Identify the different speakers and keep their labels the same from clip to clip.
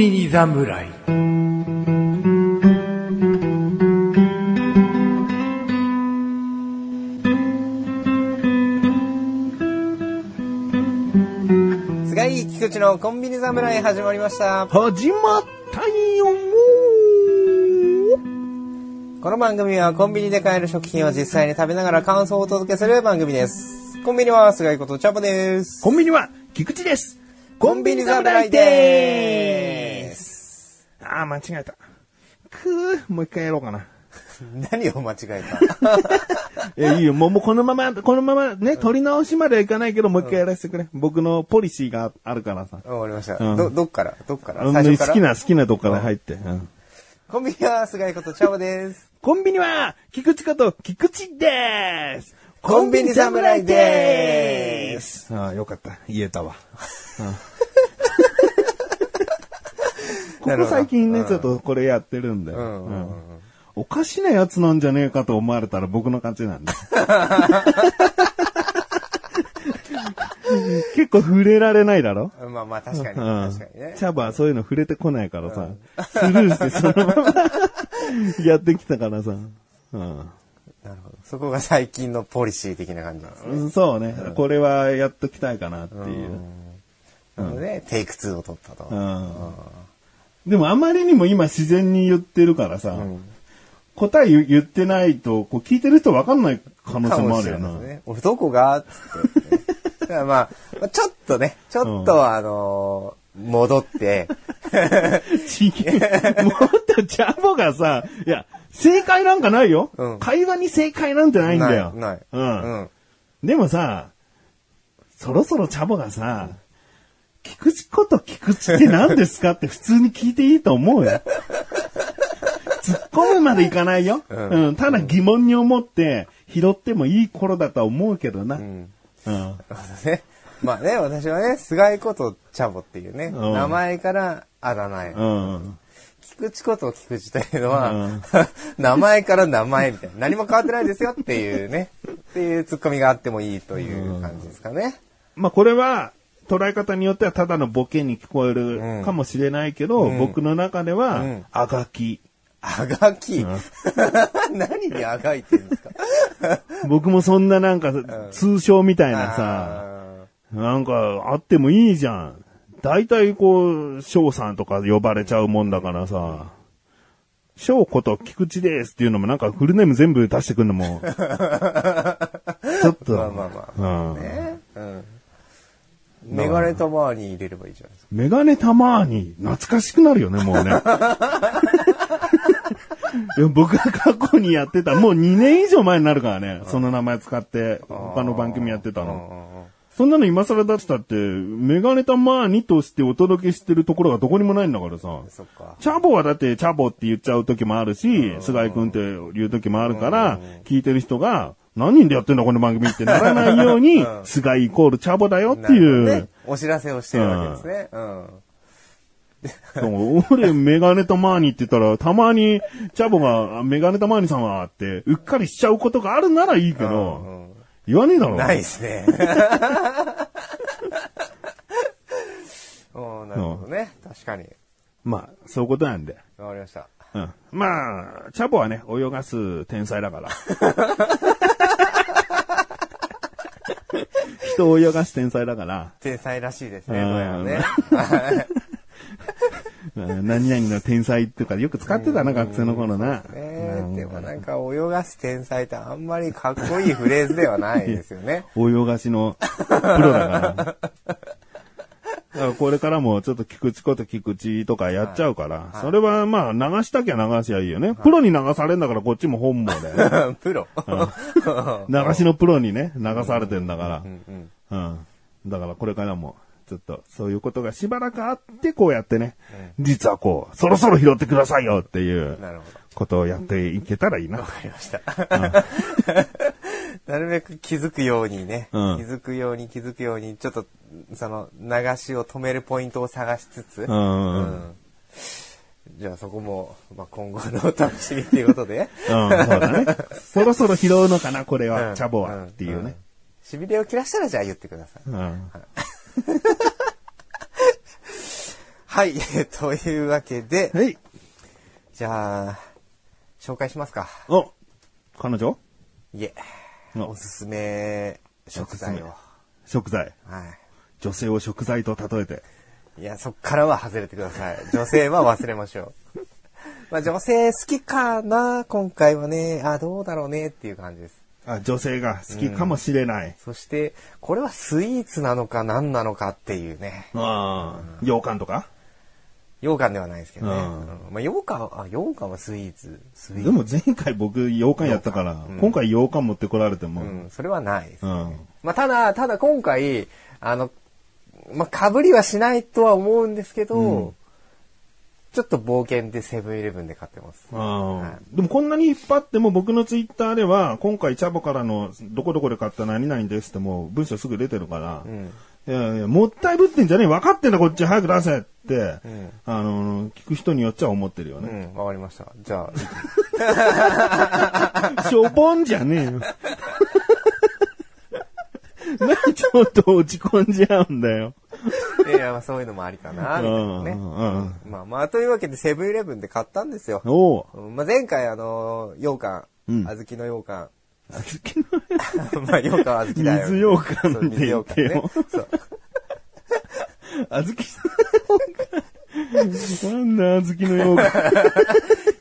Speaker 1: 侍
Speaker 2: 菅井菊池のコンビニ侍始まりました。
Speaker 3: 始まったんよもう
Speaker 2: この番組はコンビニで買える食品を実際に食べながら感想をお届けする番組です。コンビニは菅井ことチャボです。
Speaker 3: コンビニは菊池ですコ
Speaker 2: す。
Speaker 3: すあー間違えた。くー、もう一回やろうかな。
Speaker 2: 何を間違え
Speaker 3: え、いいよ、もう、もうこのまま、このままね、取り直しまではいかないけど、もう一回やらせてくれ。僕のポリシーがあるからさ。
Speaker 2: たわかりました。
Speaker 3: うん
Speaker 2: ど、どっからどっから
Speaker 3: うん
Speaker 2: 最
Speaker 3: 好
Speaker 2: 初から
Speaker 3: きな、好きなとこから入って。うん
Speaker 2: コンビニは菅井ことチャボです。
Speaker 3: コンビニは、菊池こと、菊池でーす
Speaker 2: コンビニ侍でー
Speaker 3: すああ、よかった。言えたわ。こ
Speaker 2: な る
Speaker 3: こ
Speaker 2: ほど
Speaker 3: 最近ね、ちょっとこれやってるんで。
Speaker 2: んうんうん
Speaker 3: うんおかしなやつなんじゃねえかと思われたら僕の勝ち なんで。結構触れられないだろ
Speaker 2: まあまあ確かに、
Speaker 3: うん
Speaker 2: 確かにね。
Speaker 3: チャバはそういうの触れてこないからさ、スルーしてそのま まやってきたからさ。うん
Speaker 2: なるほど。そこが最近のポリシー的な感じなんですね。
Speaker 3: そうね、これはやっときたいかなっていう。
Speaker 2: なので、テイク2を取ったと。
Speaker 3: うんでもあまりにも今自然に言ってるからさ、答え言言ってないと、こう聞いてる人分かんない可能
Speaker 2: か
Speaker 3: 性も
Speaker 2: も
Speaker 3: あ
Speaker 2: し
Speaker 3: る
Speaker 2: れ
Speaker 3: よ
Speaker 2: な
Speaker 3: な。
Speaker 2: いですね。俺どこがつって、ね。だからまあ、ちょっとね、ちょっとあのー戻って、
Speaker 3: ちげえもっとジャボがさ、いや、正解なんかないよ、
Speaker 2: うん
Speaker 3: 会話に正解なんてないんだよ。
Speaker 2: ない。
Speaker 3: う。
Speaker 2: うんん。
Speaker 3: でもさ、そろそろチャボがさ、菊池こと菊池って何ですかって普通に聞いていいと思うよ。 突っ込むまでいかないよ。
Speaker 2: うん
Speaker 3: うん。ただ疑問に思って拾ってもいい頃だとは思うけどな。うん。
Speaker 2: ね。まあね、私はね、菅井ことチャボっていうね、
Speaker 3: うん
Speaker 2: 名前からあだ名へ。
Speaker 3: うん。
Speaker 2: 菊池こと菊池というのは、
Speaker 3: うん
Speaker 2: 名前から名前みたいな。何も変わってないですよっていうね、っていうツッコミがあってもいいという感じですかね。
Speaker 3: まあこれは、捉え方によってはただのボケに聞こえるかもしれないけど、僕の中では、
Speaker 2: うん
Speaker 3: あがき。
Speaker 2: あがき。 何にあがいてるんですか
Speaker 3: 僕もそんななんか、通称みたいなさ、
Speaker 2: あ
Speaker 3: なんか、あってもいいじゃん。大体こう、翔さんとか呼ばれちゃうもんだからさ、翔こと菊池ですっていうのもなんかフルネーム全部出してくんの も、ちょっと、
Speaker 2: まあまあま
Speaker 3: う
Speaker 2: ー
Speaker 3: ん
Speaker 2: ねうん。メガネとバーに入れればいいじゃないですか。
Speaker 3: メガネたまーに懐かしくなるよね、もう ね。いや僕が過去にやってた、もう2年以上前になるからね、その名前使って、他の番組やってたの。そんなの今更出したって、メガネたまーにとしてお届けしてるところがどこにもないんだからさ。
Speaker 2: そっか。
Speaker 3: チャボはだってチャボって言っちゃう時もあるし、菅井くんって言う時もあるから、聞いてる人が、何人でやってんだこの番組ってならないように、菅井イコールチャボだよってい
Speaker 2: なるほどね
Speaker 3: う。。
Speaker 2: お知らせをしてるわけですね。うん。
Speaker 3: そう俺、メガネたまーにって言ったら、たまに、チャボが、あメガネたまーにさんはって、うっかりしちゃうことがあるならいいけど、言わねえだろ。
Speaker 2: ないで すね。おーなるほどね。確かに。
Speaker 3: まあ、そういうことなんで。
Speaker 2: わかりました。
Speaker 3: うんまあ、チャボはね、泳がす天才だから。 人を泳がす天才だから、
Speaker 2: 天才らしいですね、
Speaker 3: うん
Speaker 2: どうや らね。
Speaker 3: うん 何々の天才とかよく使ってたな、学生の頃な。
Speaker 2: えー、でもなんか泳がす天才ってあんまりかっこいいフレーズではないですよね。
Speaker 3: 泳がしのプロだから。だからこれからもちょっと菊池こと菊池とかやっちゃうから、それはまあ流したきゃ流しゃいいよね。プロに流されんだからこっちも本望だよね。
Speaker 2: プロ。
Speaker 3: 流しのプロにね、流されてんだから。うん。だからこれからも、ちょっと、そういうことがしばらくあって、こうやってね、実はこう、そろそろ拾ってくださいよっていう
Speaker 2: なるほど。
Speaker 3: ことをやっていけたらいいな。
Speaker 2: わかりました。なるべく気づくようにね、
Speaker 3: うん
Speaker 2: 気づくように気づくように、ちょっと、その、流しを止めるポイントを探しつつ、
Speaker 3: うん
Speaker 2: う
Speaker 3: うん
Speaker 2: んじゃあそこも、まあ、今後のお楽しみということで、
Speaker 3: うん、そうだね。そろそろ拾うのかな、これ
Speaker 2: うん
Speaker 3: は、チャボ
Speaker 2: うん
Speaker 3: は、っていうね。
Speaker 2: しびれを切らしたらじゃあ言ってください。
Speaker 3: うん。
Speaker 2: ははい、というわけで、
Speaker 3: はい。
Speaker 2: じゃあ、紹介しますか。
Speaker 3: お彼女
Speaker 2: いえ、
Speaker 3: の
Speaker 2: おすすめ食材
Speaker 3: お
Speaker 2: を。
Speaker 3: す
Speaker 2: は
Speaker 3: すめ食材。女性を食材と例えて。
Speaker 2: い。いや、そっからは外れてください。女性は忘れましょう。 まあ、女性好きかな今回はね。あ、どうだろうねっていう感じです。
Speaker 3: あ、女性が好きかもしれない。
Speaker 2: そして、これはスイーツなのか何なのかっていうね。
Speaker 3: ああ、洋館とか
Speaker 2: 羊羹ではないですけどね。
Speaker 3: うん
Speaker 2: うんまあ、羊羹は、あ、羊羹はスイーツ。スイーツ。
Speaker 3: でも前回僕洋館やったから、今回洋館持ってこられても、う。
Speaker 2: うんん、それはないです。まあ、ただ、ただ今回、あの、まあ、被りはしないとは思うんですけど、
Speaker 3: うん
Speaker 2: ちょっと冒険でセブンイレブンで買ってます。
Speaker 3: あーでもこんなに引っ張っても僕のツイッターでは、今回チャボからのどこどこで買った何々ですってもう文章すぐ出てるから、
Speaker 2: ん
Speaker 3: いやいや、もったいぶってんじゃねえ、分かってんだこっち早く出せって、
Speaker 2: ん
Speaker 3: あの、聞く人によっちゃ思ってるよ
Speaker 2: う
Speaker 3: ね。
Speaker 2: ん、わかりました。じゃあ、
Speaker 3: しょぼんじゃねえ よ。なんちょっと落ち込んじゃうんだよ。
Speaker 2: いやいや、まあそういうのもありかな、
Speaker 3: う
Speaker 2: みたいなん
Speaker 3: う
Speaker 2: ね。
Speaker 3: んうん
Speaker 2: まあまあ、というわけでセブンイレブンで買ったんですよ。
Speaker 3: おう。
Speaker 2: うんまあ、前回あの、羊羹、
Speaker 3: うん
Speaker 2: 小豆の羊羹、
Speaker 3: 小豆の
Speaker 2: まあ、羊羹は小豆だよ。
Speaker 3: 水羊羹
Speaker 2: そう水羊羹
Speaker 3: って言
Speaker 2: ね
Speaker 3: ってよ。
Speaker 2: そう。
Speaker 3: あずきなんだ、あずきのようか。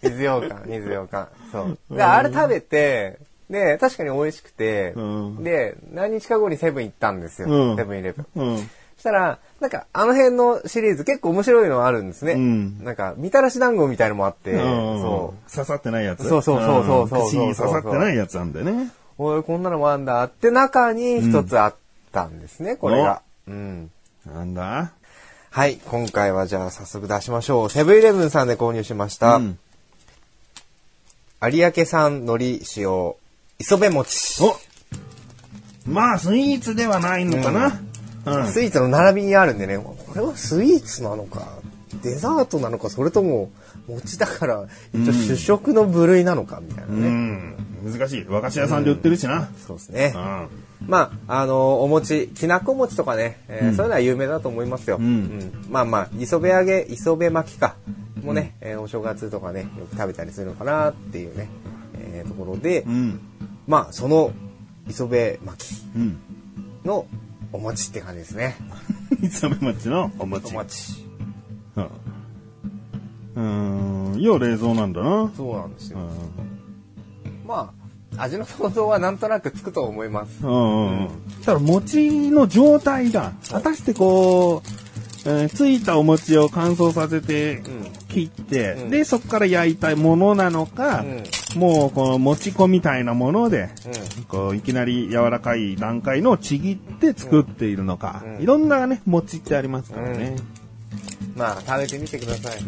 Speaker 2: 水羊羹、水羊羹。そう。で、あれ食べて、で、確かに美味しくて、
Speaker 3: うん
Speaker 2: で、何日か後にセブン行ったんですよ。
Speaker 3: うん
Speaker 2: セブンイレブン。
Speaker 3: うん。
Speaker 2: したら、なんか、あの辺のシリーズ結構面白いのあるんですね。
Speaker 3: うん
Speaker 2: なんか、みたらし団子みたいのもあって、
Speaker 3: う
Speaker 2: そ
Speaker 3: ん刺さってないやつ。
Speaker 2: そうそうそうそうそう
Speaker 3: うん口に刺さってないやつなんだよね。
Speaker 2: う。おい、こんなのもあんだって中に一つあったんですね、これが。うん。
Speaker 3: なんだ
Speaker 2: はい、今回はじゃあ早速出しましょう。セブンイレブンさんで購入しました。
Speaker 3: うん
Speaker 2: 有明産海苔使用、磯辺餅。
Speaker 3: おまあ、スイーツではないのかな。うん。
Speaker 2: スイーツの並びにあるんでね、これはスイーツなのか、デザートなのか、それとも餅だから、一応主食の部類なのか、みたいな
Speaker 3: う
Speaker 2: ね。
Speaker 3: ん。難しい。和菓子屋さんで売ってるしな。
Speaker 2: そうですね
Speaker 3: う。ん。
Speaker 2: まあ、あの、お餅、きなこ餅とかね、えーそういうのは有名だと思いますよ。うんまあまあ、磯辺揚げ、磯辺巻きか、もね、えーお正月とかね、よく食べたりするのかなっていうね、えーところで、
Speaker 3: うん。
Speaker 2: まあ、その磯辺巻き
Speaker 3: うん。
Speaker 2: のお餅って感じですね。
Speaker 3: 磯辺町のお餅
Speaker 2: お。餅。
Speaker 3: うん。うん。要冷蔵なんだな。
Speaker 2: そうなんですよ
Speaker 3: う。ん。
Speaker 2: まあ、味の想像はなんとなくつくと思います。
Speaker 3: うんうん。ただ餅の状態が、果たしてこう、えーついたお餅を乾燥させて
Speaker 2: ん
Speaker 3: 切って、
Speaker 2: うん
Speaker 3: で、そこから焼いたものなのか、
Speaker 2: う
Speaker 3: もうこの餅粉みたいなもので、
Speaker 2: う
Speaker 3: こういきなり柔らかい段階のをちぎって作っているのか、
Speaker 2: うん
Speaker 3: いろんなね、餅ってありますからね。
Speaker 2: まあ、食べてみてください。
Speaker 3: うん。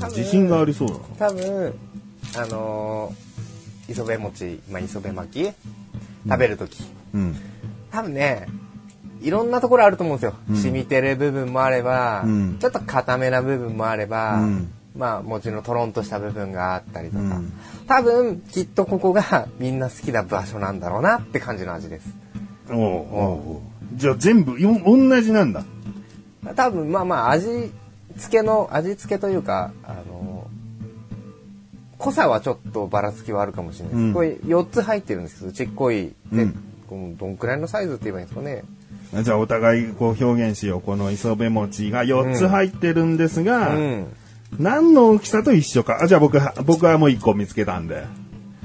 Speaker 2: 多分
Speaker 3: 自信がありそうだな。
Speaker 2: 多分、あのー磯辺餅、まあ、磯辺巻き、食べるとき。
Speaker 3: うん。
Speaker 2: 多分ね、いろんなところあると思うんですよ。
Speaker 3: うん
Speaker 2: 染みてる部分もあれば、
Speaker 3: うん
Speaker 2: ちょっと固めな部分もあれば、
Speaker 3: うん
Speaker 2: まあ、餅のトロンとした部分があったりとか、
Speaker 3: うん
Speaker 2: 多分、きっとここがみんな好きな場所なんだろうなって感じの味です。
Speaker 3: おうおうじゃあ全部よ、同じなんだ。
Speaker 2: 多分まあまあ味付けの味付けというかあの濃さはちょっとばらつきはあるかもしれないです、
Speaker 3: うん
Speaker 2: これ4つ入ってるんですけどちっこいで、
Speaker 3: うん
Speaker 2: このどんくらいのサイズって言えばいいんですかね
Speaker 3: じゃあお互いこう表現しよう。この磯辺餅が4つ入ってるんですが、
Speaker 2: うん
Speaker 3: 何の大きさと一緒か。あじゃあ僕は、僕はもう1個見つけたんで。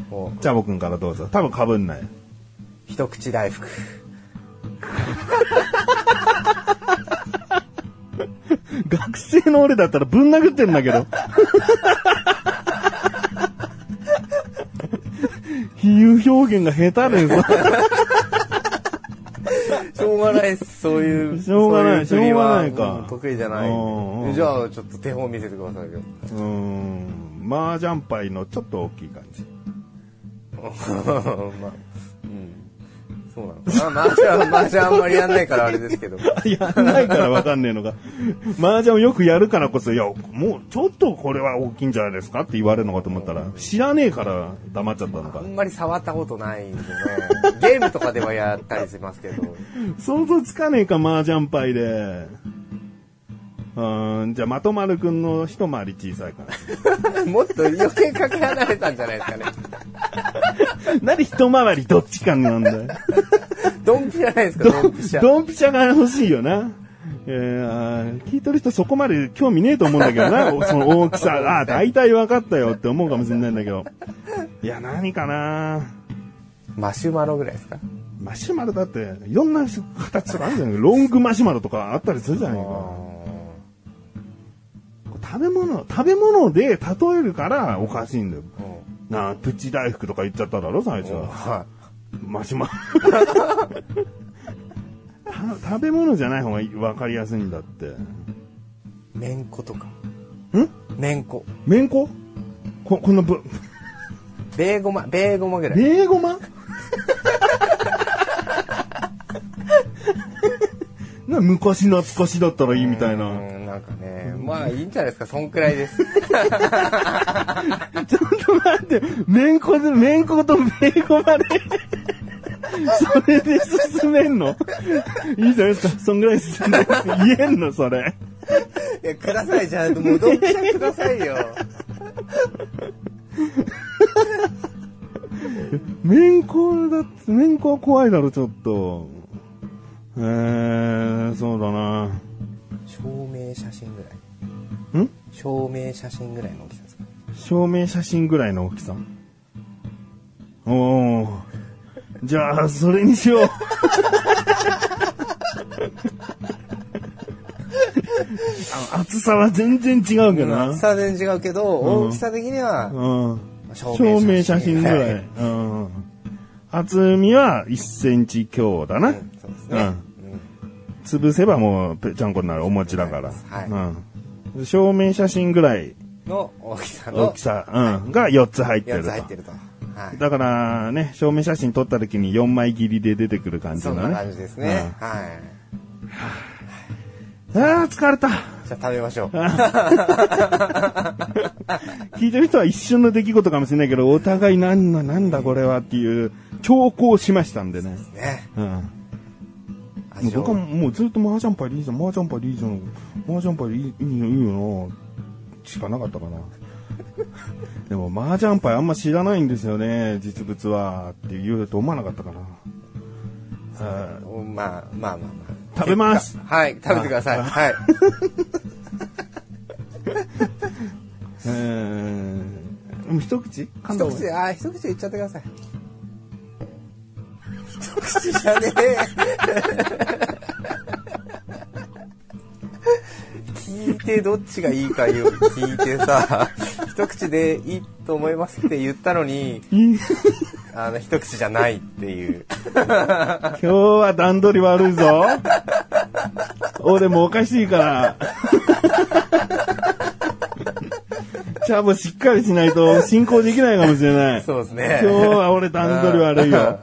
Speaker 2: こう
Speaker 3: じゃあ僕んからどうぞ。多分かぶんない。
Speaker 2: 一口大福
Speaker 3: 学生の俺だったらぶん殴ってんだけど。比喩表現が下手でさ。
Speaker 2: しょうがないですそういう
Speaker 3: しょうがない
Speaker 2: そういう振りは
Speaker 3: しょうがないか
Speaker 2: うん得意じゃない
Speaker 3: うんうん
Speaker 2: じゃあちょっと手本見せてくださいよ
Speaker 3: うーん。麻雀牌のちょっと大きい感じ。
Speaker 2: まあ、うんそうなのかなまあじゃあまあじゃああんまりやんないからあれですけど
Speaker 3: やんないからわかんねえのが。麻雀をよくやるからこそ、いや、もうちょっとこれは大きいんじゃないですかって言われるのかと思ったら、知らねえから黙っちゃったの
Speaker 2: あ
Speaker 3: か。
Speaker 2: んまり触ったことないんでね。ゲームとかではや ったりしますけど。
Speaker 3: 想像つかねえか、麻雀牌で。うん、じゃあ、まとまるくんの一回り小さいから。
Speaker 2: もっと余計かけ離れたんじゃないですかね。
Speaker 3: なんで一回りどっちかなんだよ。
Speaker 2: ドンピじゃないですか、 ド
Speaker 3: ド
Speaker 2: ンピシャ。
Speaker 3: ドンピシャが欲しいよな。えー、あー聞いてる人そこまで興味ねえと思うんだけどな、 その大きさ。ああ、大体分かったよって思うかもしれないんだけど。いや、何かな
Speaker 2: マシュマロぐらいですか。
Speaker 3: マシュマロだって、いろんな形とかあるじゃないロングマシュマロとかあったりするじゃないか。食べ物、食べ物で例えるからおかしいんだよ。
Speaker 2: うん
Speaker 3: なあ、プチ大福とか言っちゃっただろ、最初。
Speaker 2: は
Speaker 3: マシュマロ。 た食べ物じゃない方がいい分かりやすいんだって。
Speaker 2: い。めんことか。
Speaker 3: ん
Speaker 2: めんこ。
Speaker 3: めんここ、このぶ、
Speaker 2: ベーゴマ、ベーゴマぐらい。
Speaker 3: ベーゴマ な、昔懐かしだったらいいみたいうな。
Speaker 2: ん、なんかね、まあいいんじゃないですか、そんくらい です。
Speaker 3: ちょっと待って、めんこで、めんことベーゴマで。それで進めんのいいじゃないですか。そんぐらい進んで。言えんのそれ。
Speaker 2: いや、ください、じゃあ、もうドンピシャくださいよ。
Speaker 3: めんこだって、めんこは怖いだろ、ちょっと。えー、そうだな。
Speaker 2: 証明写真ぐらい。
Speaker 3: ん
Speaker 2: 証明写真ぐらいの大きさですか。
Speaker 3: 証明写真ぐらいの大きさ。おー。じゃあ、それにしよう。 あ厚さは全然違うけどな。
Speaker 2: 厚さ全然違うけど、
Speaker 3: うん
Speaker 2: 大きさ的には、
Speaker 3: うん。
Speaker 2: 証
Speaker 3: 証明写真ぐら。
Speaker 2: はい
Speaker 3: うん。厚みは1センチ強だな。
Speaker 2: うんそうですね。
Speaker 3: う
Speaker 2: うんん
Speaker 3: 潰せばもうぺちゃんこになるお餅だから。
Speaker 2: はい
Speaker 3: うん。証明写真ぐらい
Speaker 2: の大きさ
Speaker 3: 大
Speaker 2: の
Speaker 3: きさ、うん、が4つ入って
Speaker 2: 4
Speaker 3: る
Speaker 2: つ入っ
Speaker 3: と
Speaker 2: て。ると。はい。
Speaker 3: だからね、証明写真撮った時に4枚切りで出てくる感じ
Speaker 2: そ
Speaker 3: の
Speaker 2: ん
Speaker 3: ね。
Speaker 2: な感じですね。は
Speaker 3: うん。ああ、疲れた。
Speaker 2: い。じゃあ食べましょう。
Speaker 3: 聞いてる人は一瞬の出来事かもしれないけど、お互いなんな、なんだこれはっていう、兆候しましたんでね。
Speaker 2: ね。
Speaker 3: うん。もう
Speaker 2: 味
Speaker 3: 僕
Speaker 2: を
Speaker 3: は。もうずっとマージャンパイでいいじゃん、マージャンパイでいいじゃん、マージャンパイでいいいいよ、いいよな、しかなかったかな。 でも、マージャンパイあんま知らないんですよね、実物は、って言うと思わなかったかな。あー
Speaker 2: まあまあまあまあ。
Speaker 3: 食べます
Speaker 2: はい、食べてください。はい。
Speaker 3: えー、もう一口噛んだ
Speaker 2: 一
Speaker 3: 方がい い
Speaker 2: 口、あー、一口いっちゃってください。一口じゃねえ。聞いてどっちがいいか言う聞いてさ、一口でいいと思いますって言ったのに、あの、一口じゃないっていう。
Speaker 3: 今日は段取り悪いぞ。俺もおかしいから。 チャボしっかりしないと進行できないかもしれない。
Speaker 2: そうですね。
Speaker 3: 今日は俺段取り悪いよ。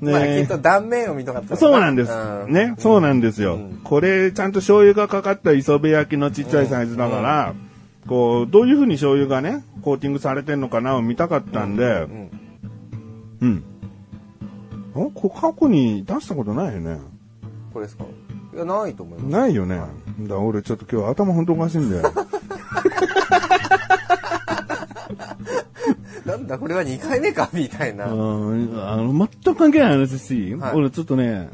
Speaker 2: うん。まあ、き
Speaker 3: ね
Speaker 2: っと断面を見たかったのか
Speaker 3: そうなんです。
Speaker 2: う
Speaker 3: ね、そうなんですよ。これ、ちゃんと醤油がかかった磯辺焼きのちっちゃいサイズだから、こう、どういう風に醤油がね、コーティングされてんのかなを見たかったんで、
Speaker 2: ん
Speaker 3: うん。あこ過去に出したことないよね。
Speaker 2: これですかいや、ないと思います。
Speaker 3: ないよね。だから俺ちょっと今日頭ほんとおかしいんだよ。
Speaker 2: なんだ、これは2回目かみたい
Speaker 3: あ
Speaker 2: な。
Speaker 3: ーあの、全く関係ない話し、
Speaker 2: はい
Speaker 3: 俺ちょっとね、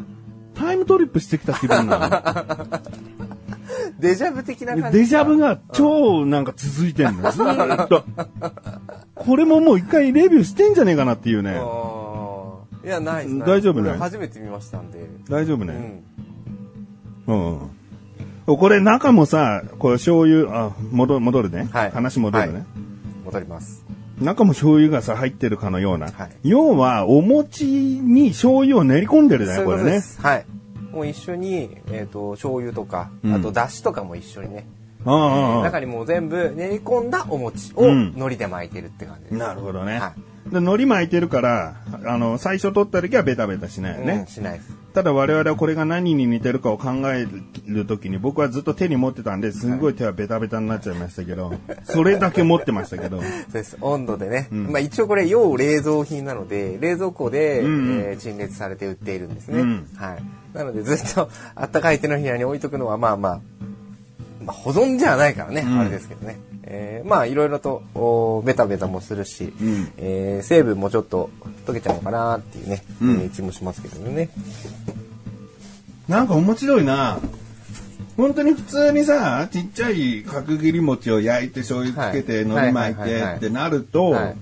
Speaker 3: タイムトリップしてきた気分なの。
Speaker 2: デジャブ的な感じ。
Speaker 3: デジャブが超なんか続いて んの。ずーっと。これももう一回レビューしてんじゃねえかなっていうね。
Speaker 2: あーいや、ないです。
Speaker 3: 大丈夫ね
Speaker 2: 俺初めて見ましたんで。
Speaker 3: 大丈夫
Speaker 2: う
Speaker 3: ね。
Speaker 2: ん。
Speaker 3: うん。これ中もさ、これ醤油、あ、戻る、戻るね。
Speaker 2: はい
Speaker 3: 話戻るね。
Speaker 2: 戻ります。
Speaker 3: 中も醤油がさ、入ってるかのような。
Speaker 2: はい
Speaker 3: 要は、お餅に醤油を練り込んでるじゃない、こ
Speaker 2: そうい
Speaker 3: れ
Speaker 2: うことで
Speaker 3: ね。
Speaker 2: す。はい。もう一緒に、えっ、と、醤油とか、
Speaker 3: うん
Speaker 2: あと、だしとかも一緒にね。
Speaker 3: ああああ
Speaker 2: 中にもう全部練り込んだお餅を、
Speaker 3: うん
Speaker 2: 海苔で巻いてるって感じです。
Speaker 3: なるほどね。
Speaker 2: は
Speaker 3: で海苔巻いてるから、あの、最初取った時はベタベタしない
Speaker 2: い。
Speaker 3: よね。
Speaker 2: うん、しないです。
Speaker 3: ただ我々はこれが何に似てるかを考えるときに僕はずっと手に持ってたんですごい手はベタベタになっちゃいましたけ ど、それだけ持ってましたけど、
Speaker 2: そうです。温度でね。まあ一応これ、要冷蔵品なので、冷蔵庫で、
Speaker 3: んうん
Speaker 2: えー陳列されて売っているんですね。
Speaker 3: うん
Speaker 2: はい。なのでずっと、あったかい手のひらに置いとくのは、まあまあ、まあ、保存じゃないからね、あれですけどね。えーまあ、いろいろと、おベタベタもするし、
Speaker 3: うん
Speaker 2: えー成分もちょっと溶けちゃうのかなっていうね、
Speaker 3: うん
Speaker 2: えー気もしますけどね。
Speaker 3: なんか面白いな。本当に普通にさ、ちっちゃい角切り餅を焼いて醤油つけて、
Speaker 2: はい
Speaker 3: 海苔巻い
Speaker 2: はいはいはい
Speaker 3: て
Speaker 2: はい
Speaker 3: ってなると、
Speaker 2: はい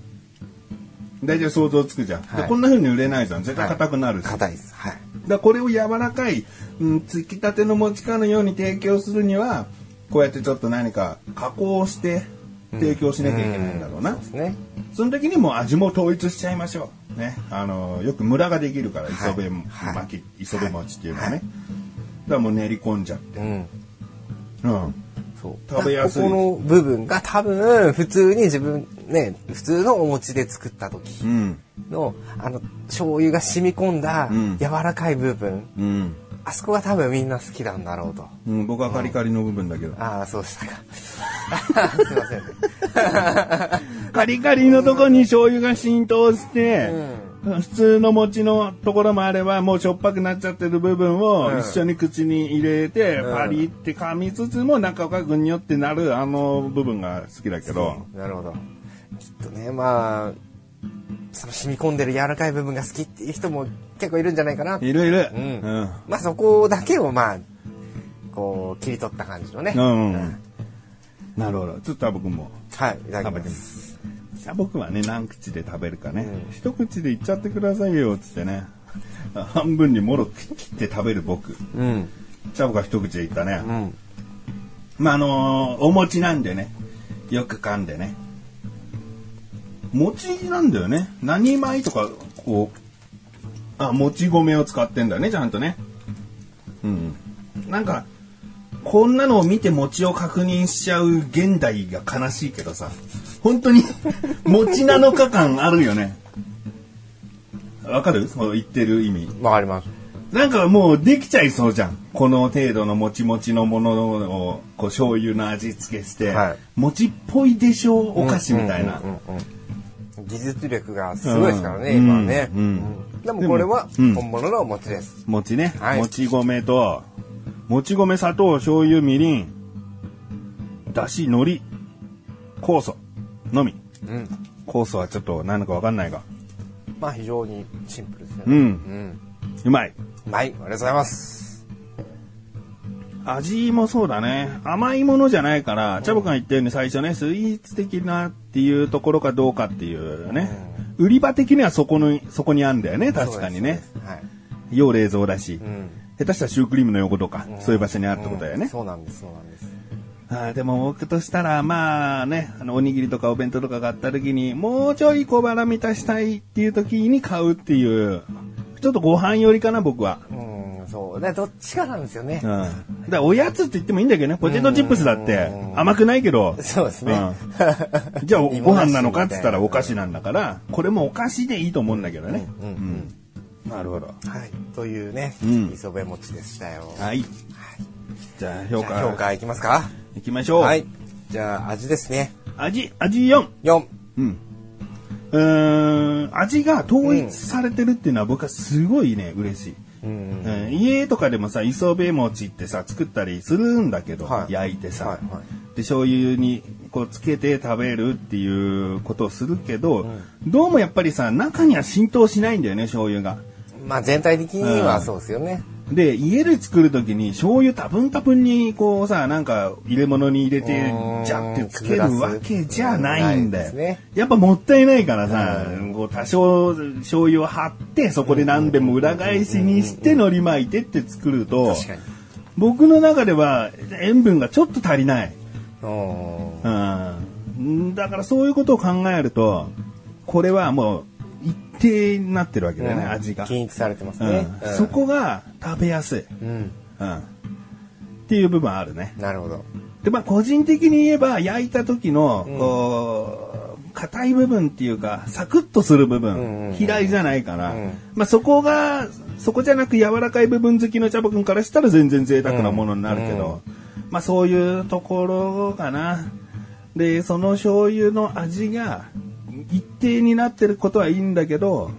Speaker 3: 大体想像つくじゃん。
Speaker 2: はい
Speaker 3: でこんな風に売れないじゃん。絶対硬くなるし。
Speaker 2: 硬いです。はい。
Speaker 3: だこれを柔らかい、うん、つきたての餅かのように提供するにはこうやってちょっと何か加工して提供しなきゃいけないんだろうな、
Speaker 2: そうですね。
Speaker 3: その時にもう味も統一しちゃいましょうねあのよくムラができるから
Speaker 2: はい
Speaker 3: 磯辺
Speaker 2: はい
Speaker 3: 巻き、磯辺餅っていうのはね、だからもう練り込んじゃって、
Speaker 2: うん。
Speaker 3: うん、
Speaker 2: そう。
Speaker 3: 食べやすい
Speaker 2: ここの部分が多分、普通に自分、ね、普通のお餅で作った時
Speaker 3: うん
Speaker 2: の、あの、醤油が染み込んだ
Speaker 3: うん
Speaker 2: 柔らかい部分、
Speaker 3: うん
Speaker 2: あそこが多分みんな好きなんだろうと。
Speaker 3: うん、僕はカリカリの部分だけど、
Speaker 2: ああ、そうでしたか。 すいませんね。
Speaker 3: カリカリのとこに醤油が浸透して、普通の餅のところもあればもうしょっぱくなっちゃってる部分を
Speaker 2: うん
Speaker 3: 一緒に口に入れて、
Speaker 2: うん
Speaker 3: パリって噛みつつも中岡君によってなるあの部分が好きだけど、
Speaker 2: なるほど。きっとね、まあ、その染み込んでる柔らかい部分が好きっていう人も結構いるんじゃないかな。
Speaker 3: いろいろ、
Speaker 2: うんまあそこだけをまあ、こう、切り取った感じのね。
Speaker 3: うんうん なるほどちょっと僕も
Speaker 2: はい、いただ
Speaker 3: 食
Speaker 2: き
Speaker 3: べ
Speaker 2: ま。
Speaker 3: てみますすじゃあ僕はね何口で食べるかね、
Speaker 2: うん
Speaker 3: 一口でいっちゃってくださいよっつってね半分にもろく切って食べる僕
Speaker 2: うん。
Speaker 3: じゃあ僕は一口でいったね、
Speaker 2: うん。
Speaker 3: まあ、あのーお餅なんでね。よく噛んでね。餅なんだよね。何米とか、こう、あ、もち米を使ってんだね、ちゃんとね。うん。なんか、こんなのを見て餅を確認しちゃう現代が悲しいけどさ、本当に餅なのか感あるよね。わかるその言ってる意味。
Speaker 2: わかります。
Speaker 3: なんかもうできちゃいそうじゃん。この程度のもちもちのものを、こう醤油の味付けして、
Speaker 2: はい
Speaker 3: 餅っぽいでしょお菓子みたいな。
Speaker 2: うんうんうんうん技術力がすごいですからね、
Speaker 3: うん
Speaker 2: 今はね、
Speaker 3: うん
Speaker 2: うんでもこれは
Speaker 3: うん
Speaker 2: 本物のお餅です。
Speaker 3: 餅ね。
Speaker 2: はい
Speaker 3: もち米と、もち米、砂糖、醤油、みりん、だし、海苔、酵素のみ。
Speaker 2: うん。
Speaker 3: 酵素はちょっと何だかわかんないが、
Speaker 2: まあ非常にシンプルですよね。
Speaker 3: うん
Speaker 2: うん。
Speaker 3: うまい。
Speaker 2: はい、ありがとうございます。
Speaker 3: 味もそうだね。甘いものじゃないから、チャボ君が言ったように最初ね、スイーツ的なっていうところかどうかっていうね。売り場的にはそこの、そこにあんだよね、確かにね。
Speaker 2: そうです。そうですはい。
Speaker 3: 要冷蔵だし、
Speaker 2: うん。
Speaker 3: 下手したらシュークリームの横とか、そういう場所にあるってことだよ
Speaker 2: うん
Speaker 3: ね。
Speaker 2: そうなんです、そうなんです。
Speaker 3: あーでも僕としたら、まあね、あの、おにぎりとかお弁当とかがあった時に、もうちょい小腹満たしたいっていう時に買うっていう、ちょっとご飯寄りかな、僕は。
Speaker 2: うん、そう。だからどっちかなんですよね
Speaker 3: う。ん。だからおやつって言ってもいいんだけどね、ポテトチップスだって甘くないけど、
Speaker 2: そうですね。
Speaker 3: うん じゃあおご飯なのかっつったらお菓子なんだから、これもお菓子でいいと思うんだけどね。
Speaker 2: うん
Speaker 3: うんなるほど。
Speaker 2: はい。というね、
Speaker 3: うん
Speaker 2: 磯辺餅でしたよ。
Speaker 3: はい。じゃあ評
Speaker 2: じゃ
Speaker 3: 価
Speaker 2: あ評価いきますか
Speaker 3: いきましょう。
Speaker 2: はい。じゃあ、味ですね。
Speaker 3: 味、味4。
Speaker 2: 4。
Speaker 3: うん。うーん、味が統一されてるっていうのは僕はすごいね、嬉しい。
Speaker 2: うん。
Speaker 3: うん家とかでもさ、磯辺餅ってさ、作ったりするんだけど、
Speaker 2: はい
Speaker 3: 焼いてさ、
Speaker 2: はいはい
Speaker 3: で、醤油にこうつけて食べるっていうことをするけど、どうもやっぱりさ、中には浸透しないんだよね、醤油が。
Speaker 2: まあ全体的にはそうですよね。
Speaker 3: で、家で作るときに醤油多分多分にこうさ、なんか入れ物に入れて
Speaker 2: う、ん
Speaker 3: じゃってつけるわけじゃないんだよ。
Speaker 2: ないですね
Speaker 3: やっぱもったいないからさ、こう多少醤油を張って、そこで何でも裏返しにして海苔巻いてって作ると、
Speaker 2: 確かに。
Speaker 3: 僕の中では塩分がちょっと足りない。
Speaker 2: うん。
Speaker 3: うん。だからそういうことを考えると、これはもう一定になってるわけだよね、味が。
Speaker 2: 均一されてます
Speaker 3: うん
Speaker 2: ね。うん
Speaker 3: そ。こが食べやすい。
Speaker 2: うん。
Speaker 3: うん。っていう部分あるね。
Speaker 2: なるほど。
Speaker 3: で、まあ個人的に言えば焼いた時の、こう、硬い部分っていうか、サクッとする部
Speaker 2: んうんう
Speaker 3: 分、
Speaker 2: ん
Speaker 3: 嫌いじゃないから
Speaker 2: うん、
Speaker 3: まあそこが、そこじゃなく柔らかい部分好きのチャボくんからしたら全然贅沢なものになるけど、まあそういうところかな。で、その醤油の味が一定になってることはいいんだけど、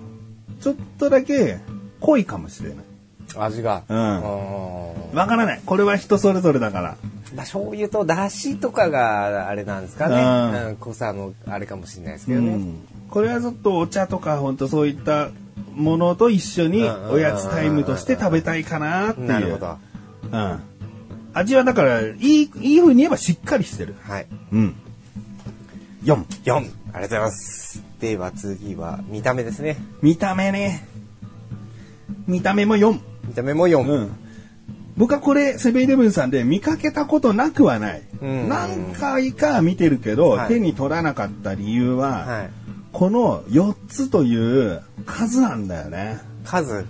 Speaker 3: ちょっとだけ濃いかもしれない。
Speaker 2: 味が。
Speaker 3: うん
Speaker 2: うん
Speaker 3: わからない。これは人それぞれだから。
Speaker 2: まあ、醤油とだしとかがあれなんですかね、うん、濃さのあれかもしれないですけどね、
Speaker 3: うんこれはちょっとお茶とか本当そういったものと一緒に
Speaker 2: うん
Speaker 3: おやつタイムとして食べたいかなっていう。
Speaker 2: なるほど。は
Speaker 3: うん。味はだから、いい、いい風に言えばしっかりしてる。
Speaker 2: い
Speaker 3: うん。4。
Speaker 2: 4ありがとうございますでは次は見た目ですね
Speaker 3: 見た目ね。見た目も4。
Speaker 2: 見た目も4、
Speaker 3: うん。僕はこれ、セブンイレブンさんで見かけたことなくはない。
Speaker 2: うん
Speaker 3: 何回か見てるけど、
Speaker 2: はい
Speaker 3: 手に取らなかった理由は、
Speaker 2: はい
Speaker 3: この4つという数なんだよね。
Speaker 2: 数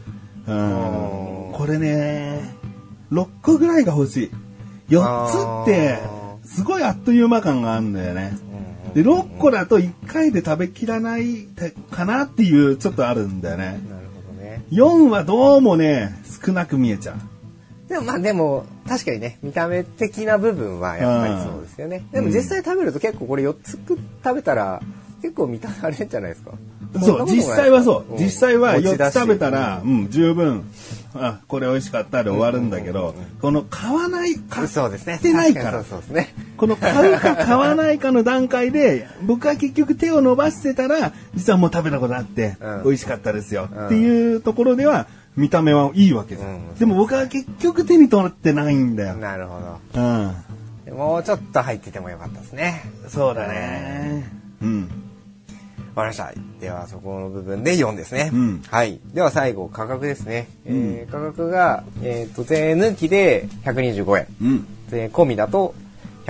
Speaker 3: うんこれね、6個ぐらいが欲しい。4つって
Speaker 2: あ、
Speaker 3: すごいあっという間感があるんだよね。で、6個だと1回で食べきらないてかなっていう、ちょっとあるんだよね。
Speaker 2: なるほどね
Speaker 3: 4はどうもね、少なく見えちゃう。
Speaker 2: でもまあでも確かにね見た目的な部分はやっぱりそうですよねでも実際食べると結構これ4つく食べたら結構満たされるんじゃないですか
Speaker 3: そう、実際はそう。実際は
Speaker 2: 四
Speaker 3: 4つ食べたら、うん、十分、あ、これ美味しかったで終わるんだけど、この買わない、買っ
Speaker 2: そうですね
Speaker 3: てないから
Speaker 2: 確にそうそうですね
Speaker 3: この買うか買わないかの段階で、僕は結局手を伸ばしてたら、実はもう食べたことあって
Speaker 2: うん、
Speaker 3: 美味しかったですよ、
Speaker 2: うん
Speaker 3: っていうところでは、見た目はいいわけです、
Speaker 2: うん
Speaker 3: でも僕は結局手に取ってないんだよ。
Speaker 2: なるほど
Speaker 3: うん。
Speaker 2: もうちょっと入っててもよかったですね。
Speaker 3: そうだね。うん。
Speaker 2: わかりました。では、そこの部分で4ですね。
Speaker 3: うん
Speaker 2: はい。では、最後、価格ですね。えー価格が、えっ、と、税抜きで125円。
Speaker 3: うん。
Speaker 2: 税込みだと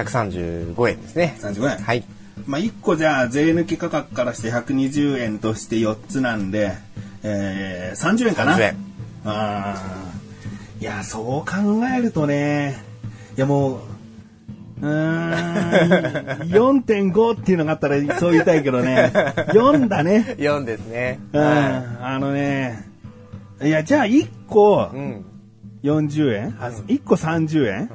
Speaker 2: 135円ですね。
Speaker 3: 35円
Speaker 2: はい。
Speaker 3: まあ、1個じゃあ税抜き価格からして120円として4つなんで、えー、30円かな
Speaker 2: 30円
Speaker 3: あーいやそう考えるとねいやもううーん 4.5っていうのがあったらそう言いたいけどね4だね
Speaker 2: 4ですね。
Speaker 3: うん
Speaker 2: は
Speaker 3: あのねいやじゃあ1個
Speaker 2: い。うん。
Speaker 3: 40円、あ1個30円、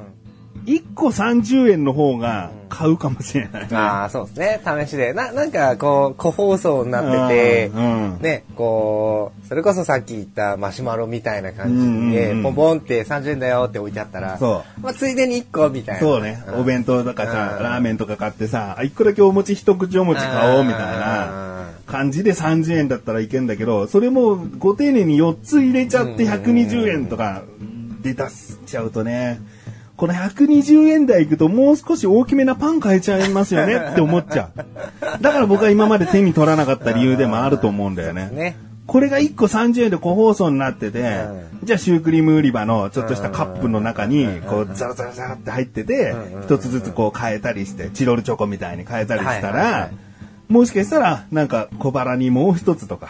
Speaker 3: 1個30円の方が買うかもしれない、
Speaker 2: ああ、そうですね。試しで。な、なんか、こう、個包装になってて、
Speaker 3: うんうん
Speaker 2: ね、こう、それこそさっき言ったマシュマロみたいな感じ
Speaker 3: う
Speaker 2: で、
Speaker 3: んうんうん
Speaker 2: ポンポンって30円だよって置いてあったら、
Speaker 3: そ
Speaker 2: まあ、ついでに1個みたいな。
Speaker 3: そうね、
Speaker 2: ん
Speaker 3: お弁当とかさ
Speaker 2: う、ん
Speaker 3: ラーメンとか買ってさ、あ一個だけお餅一口お餅買おうみたい
Speaker 2: うん
Speaker 3: な感じで30円だったらいけんだけど、それもご丁寧に4つ入れちゃって120円とかで出しちゃうとね、この120円台行くともう少し大きめなパン買えちゃいますよねって思っちゃう。だから僕は今まで手に取らなかった理由でもあると思うんだよね。
Speaker 2: ね。
Speaker 3: これが1個30円で個包装になってて、じゃあシュークリーム売り場のちょっとしたカップの中に、こうザラザラザラって入ってて、一つずつこう変えたりして、チロルチョコみたいに変えたりした
Speaker 2: はいはいは
Speaker 3: ら、もしかしたらなんか小腹にもう一つとか。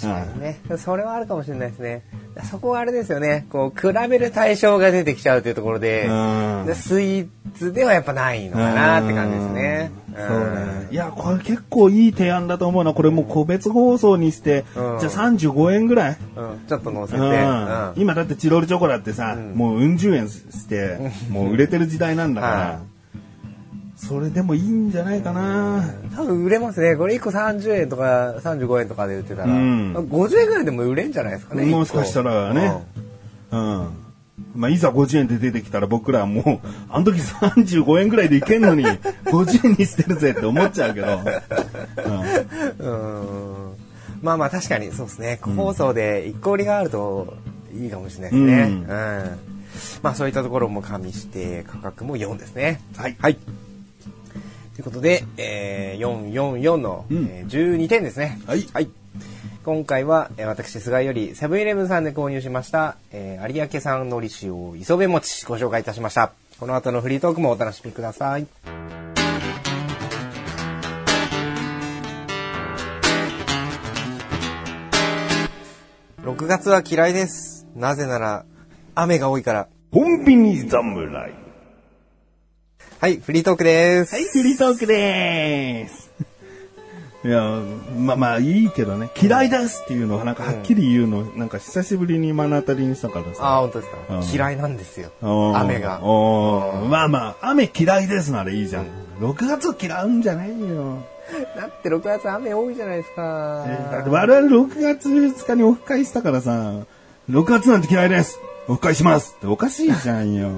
Speaker 2: 確かにね。それはあるかもしれないですね。そこはあれですよね。こう、比べる対象が出てきちゃうというところで、
Speaker 3: うん
Speaker 2: でスイーツではやっぱないのかなって感じですね。
Speaker 3: うんそうね。いや、これ結構いい提案だと思うな。これもう個別包装にして、じゃ
Speaker 2: うん
Speaker 3: あ35円ぐらい
Speaker 2: うん。ちょっと乗せて。
Speaker 3: うん
Speaker 2: うん
Speaker 3: 今だってチロルチョコだってさ、もううん十円して、もう売れてる時代なんだから、
Speaker 2: は
Speaker 3: それでもいいんじゃないかな。
Speaker 2: 多分売れますね。これ1個30円とか35円とかで売ってたら、
Speaker 3: うん
Speaker 2: 50円ぐらいでも売れんじゃないですかね。
Speaker 3: もしかしたらね、うん。まあ、いざ50円で出てきたら僕らはもう、 あの時35円ぐらいでいけんのに、50円にしてるぜって思っちゃうけど、
Speaker 2: 一個。うん。まあまあ確かにそうですね。個包装で1個売りがあるといいかもしれないですね。
Speaker 3: うん
Speaker 2: うんまあそういったところも加味して、価格も4ですね。
Speaker 3: はい
Speaker 2: はい。ということで、えー、444の、
Speaker 3: うん
Speaker 2: えー12点ですね。
Speaker 3: はい
Speaker 2: 今回は、えー私、菅井よりセブンイレブンさんで購入しました、えー有明産のり塩磯部餅ご紹介いたしました。この後のフリートークもお楽しみください。6月は嫌いです。なぜなら、雨が多いから。
Speaker 3: コンビニ侍。はい、
Speaker 2: はい、フリートークです。
Speaker 3: フリートークでーす。 いや、まあまあいいけどね、嫌いですっていうのはなんかはっきり言うの、なんか久しぶりに目の当たりにしたからさ。
Speaker 2: ああ、本当です
Speaker 3: う
Speaker 2: か
Speaker 3: ん。
Speaker 2: 嫌いなんですよ。
Speaker 3: おー
Speaker 2: 雨が。
Speaker 3: おーまあまあ、雨嫌いですならいいじゃん。6月嫌うんじゃないよ。
Speaker 2: だって6月雨多いじゃないですか。
Speaker 3: だって我々6月2日にオフ会したからさ、6月なんて嫌いですお返ししますっておかしいじゃん よ。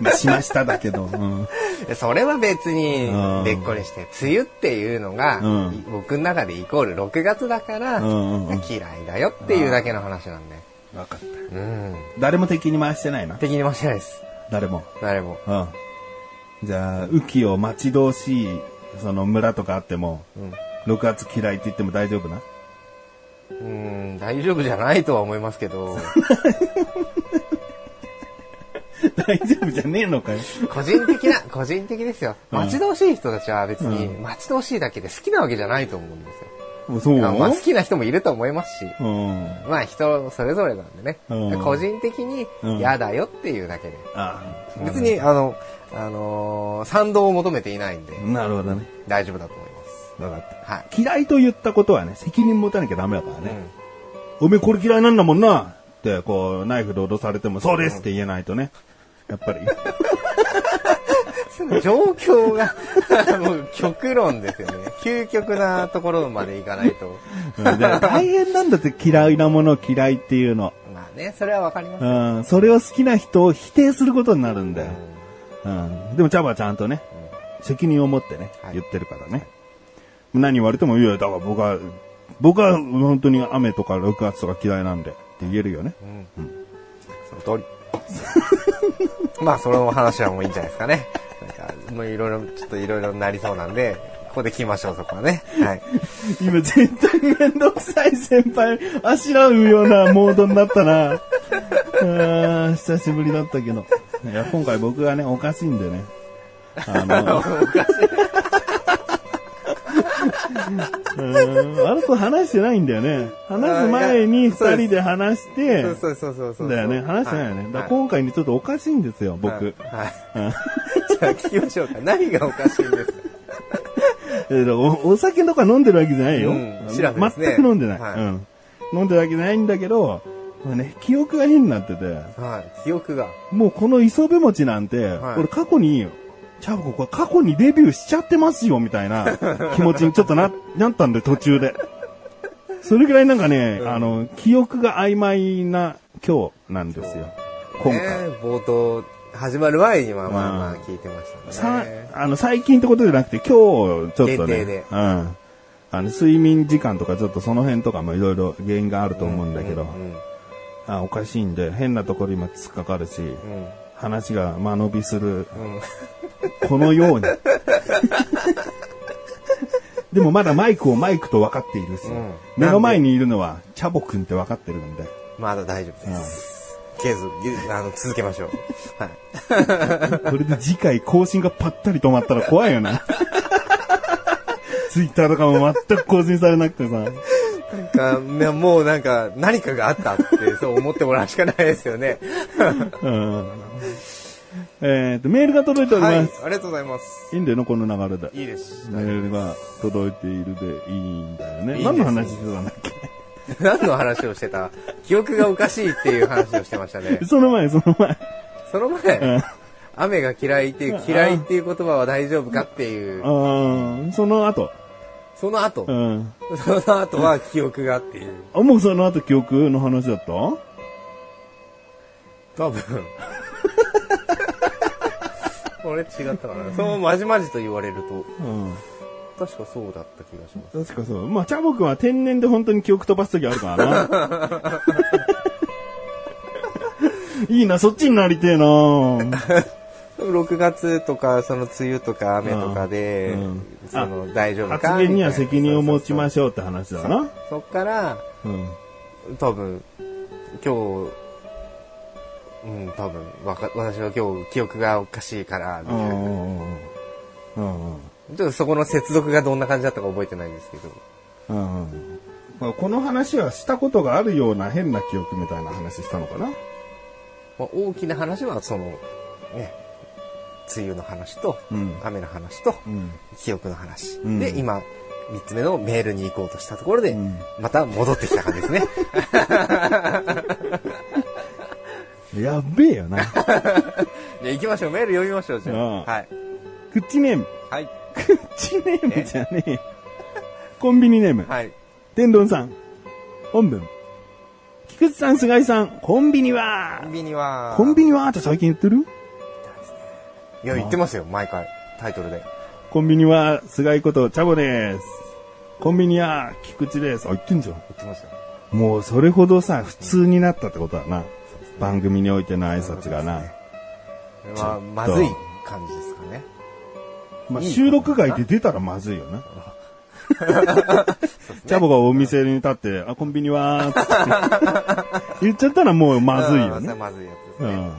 Speaker 3: まあしましただけど。うん
Speaker 2: それは別に
Speaker 3: うん、
Speaker 2: でっこにして、梅雨っていうのが、
Speaker 3: うん
Speaker 2: 僕の中でイコール6月だから、
Speaker 3: うんうんうん
Speaker 2: 嫌いだよっていうだけの話なんで。
Speaker 3: わかった。
Speaker 2: うん。
Speaker 3: 誰も敵に回してないな。
Speaker 2: 敵に回してないです。
Speaker 3: 誰も。
Speaker 2: 誰も。
Speaker 3: うん。じゃあ、雨季を待ち遠しい、その村とかあっても、6月嫌いって言っても大丈夫な
Speaker 2: うん、大丈夫じゃないとは思います けど、
Speaker 3: 大丈夫じゃねえのかよ。
Speaker 2: 個人的な、個人的ですよ。
Speaker 3: うん
Speaker 2: 待ち遠しい人たちは別に、
Speaker 3: う
Speaker 2: 待ち遠しいだけで好きなわけじゃないと思うんですよ。
Speaker 3: そう
Speaker 2: まあまあ好きな人もいると思いますし、
Speaker 3: うん。
Speaker 2: まあ人それぞれなんでね、
Speaker 3: うん
Speaker 2: 個人的に
Speaker 3: うん
Speaker 2: 嫌だよっていうだけで。
Speaker 3: ああ
Speaker 2: 別に、あの、あのー賛同を求めていないんで、
Speaker 3: なるほどね。
Speaker 2: 大丈夫だと思います。
Speaker 3: わかった。
Speaker 2: はい。
Speaker 3: 嫌いと言ったことはね、責任持たなきゃダメだから
Speaker 2: う
Speaker 3: ね。
Speaker 2: ん
Speaker 3: おめえこれ嫌いなんだもんなって、こう、ナイフで脅されても、そうですって言えないとね。やっ ぱり。
Speaker 2: その状況が、 もう極論ですよね。究極なところまでいかないと。
Speaker 3: うんで大変なんだって嫌いなものを嫌いっていうの。
Speaker 2: まあね、それはわかります。
Speaker 3: うん。それを好きな人を否定することになるんだよ。うん。でも、チャバはちゃんとね、責任を持ってね、
Speaker 2: はい
Speaker 3: 言ってるからね。何言われても、いや、だから僕は、僕は本当に雨とか6月とか嫌いなんで、って言えるよね。
Speaker 2: うん。その通り。 まあ、その話はもういいんじゃないですかね。なんか、もういろいろ、ちょっといろいろなりそうなんで、ここで聞きましょう、そこはね。はい。
Speaker 3: 今絶対めんどくさい先輩、あしらうようなモードになったな。あー久しぶりだったけど。いや、今回僕がね、おかしいんでね。あ の、うんあの子話してないんだよね。話す前に二人で話して、
Speaker 2: そうそうそうそうそう。
Speaker 3: だよね。話してないよね。だから今回にちょっとおかしいんですよ、僕。
Speaker 2: はい。じゃあ聞きましょうか。何がおかしいんですか
Speaker 3: えーおお酒とか飲んでるわけじゃないよ。
Speaker 2: うんシラフですね
Speaker 3: 全く飲んでない、
Speaker 2: はい
Speaker 3: うん。飲んでるわけじゃないんだけど、まあね、記憶が変になってて、
Speaker 2: はい。記憶が。
Speaker 3: もうこの磯部餅なんて、
Speaker 2: はい
Speaker 3: 俺過去に、チャブコこれ過去にデビューしちゃってますよ、みたい な気持ちにちょっとな、なったんで途中で。それぐらいなんかね、あの、記憶が曖昧な今日なんですよ。今
Speaker 2: ね
Speaker 3: 回。
Speaker 2: 冒頭、始まる前にはまあま
Speaker 3: う
Speaker 2: あ
Speaker 3: ん
Speaker 2: 聞いてました
Speaker 3: さ
Speaker 2: ね。
Speaker 3: あの最近ってことじゃなくて、今日ちょっとね、
Speaker 2: 限定で
Speaker 3: うん。あの、睡眠時間とかちょっとその辺とかもいろいろ原因があると思うんだけど、
Speaker 2: うん
Speaker 3: あおかしいんで、変なところ今突っかかるし、
Speaker 2: うん。
Speaker 3: 話が間延びする、
Speaker 2: うん。
Speaker 3: このように。でもまだマイクをマイクと分かっているし、
Speaker 2: うん
Speaker 3: 目の前にいるのはチャボくんって分かってるんで、
Speaker 2: まだ大丈夫です。けず、ゆあの、続けましょう。はい。
Speaker 3: これで次回更新がパッタリ止まったら怖いよ な。ツイッターとかも全く更新されなくてさ。
Speaker 2: なんかね、もうなんか、何かがあったって、そう思ってもらうしかないですよね。
Speaker 3: うんえっと、メールが届いており
Speaker 2: はい。あ
Speaker 3: ま
Speaker 2: り
Speaker 3: す。
Speaker 2: がとうございます。
Speaker 3: いいんだよな、この流れで。
Speaker 2: いいです。
Speaker 3: メールが届いているでいいんだよね。
Speaker 2: いいです
Speaker 3: 何の話してたんだっけ。
Speaker 2: 何の話をしてた記憶がおかしいっていう話をしてましたね
Speaker 3: その前、その前。
Speaker 2: その前、雨が嫌いっていう、嫌いっていう言葉は大丈夫かっていう、
Speaker 3: うん、その後。
Speaker 2: その後
Speaker 3: う、ん。
Speaker 2: その後は記憶がっていう。
Speaker 3: あ、もうその後記憶の話だった
Speaker 2: 多 分。俺違ったかな。そうまじまじと言われると、
Speaker 3: うん。
Speaker 2: 確かそうだった気がします。
Speaker 3: 確かそう。まあ、チャボくんは天然で本当に記憶飛ばすときあるからな。 いいな、そっちになりてえな
Speaker 2: 6月とか、その梅雨とか雨とかで、
Speaker 3: うんうん
Speaker 2: その大丈夫か
Speaker 3: 発言には責任を持ちま
Speaker 2: し
Speaker 3: しょうって話だな。
Speaker 2: そっから、
Speaker 3: うん。
Speaker 2: 多分、今日、うん、多分、わか、私は今日記憶がおかしいから、み
Speaker 3: う
Speaker 2: たい
Speaker 3: ん
Speaker 2: な。
Speaker 3: うんうんうん。
Speaker 2: ちょっとそこの接続がどんな感じだったか覚えてないんですけど。
Speaker 3: うんうんまあこの話はしたことがあるような変な記憶みたいな話したのかな
Speaker 2: まあ、大きな話は、その、ね、梅雨の話と、
Speaker 3: うん
Speaker 2: 雨の話と、
Speaker 3: ん。
Speaker 2: 記憶の話。
Speaker 3: うん
Speaker 2: で、今、三つ目のメールに行こうとしたところで、
Speaker 3: うん
Speaker 2: また戻ってきた感じです ね。
Speaker 3: やっべえよな。
Speaker 2: じゃあ行きましょう。メール読みましょう、じゃ
Speaker 3: うん
Speaker 2: あ。はい。
Speaker 3: クッチネーム。
Speaker 2: はい。
Speaker 3: クッチネームじゃねえよ。コンビニネーム。
Speaker 2: はい。
Speaker 3: 天丼さん。本文。菊池さん、菅井さん、コンビニは
Speaker 2: コンビニは、
Speaker 3: コンビニはって最近言ってる
Speaker 2: いや、言ってますよ、毎回。タイトルで。
Speaker 3: コンビニは、菅井こと、チャボです。コンビニは、菊池です。あ、言ってんじゃん。
Speaker 2: 言ってますよ。
Speaker 3: もう、それほどさ、普通になったってことだな。番組においての挨拶がな。
Speaker 2: これは、まずい感じですかね。
Speaker 3: まあ、
Speaker 2: いい
Speaker 3: 収録外で出たらまずいよな。チャボがお店に立 って、あ、コンビニはーっつって言っちゃったらもうまずいよ
Speaker 2: うんそれ
Speaker 3: ね。
Speaker 2: まずいやつです
Speaker 3: う
Speaker 2: ね。
Speaker 3: ん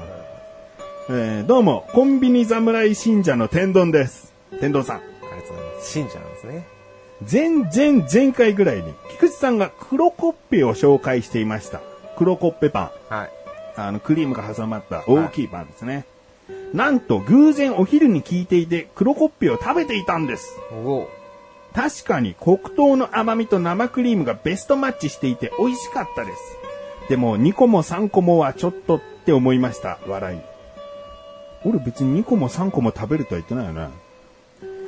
Speaker 3: えーどうも、コンビニ侍信者の天丼です。天丼さん。
Speaker 2: ありがとうございます。信者なんですね。
Speaker 3: 前前前回ぐらいに、菊池さんが黒コッペを紹介していました。黒コッペパン。
Speaker 2: はい。
Speaker 3: あの、クリームが挟まった大きいパンですね。なんと、偶然お昼に聞いていて、黒コッペを食べていたんです。
Speaker 2: おぉ。
Speaker 3: 確かに黒糖の甘みと生クリームがベストマッチしていて美味しかったです。でも2個も3個もはちょっとって思いました。笑い。俺別に2個も3個も食べるとは言ってないよね。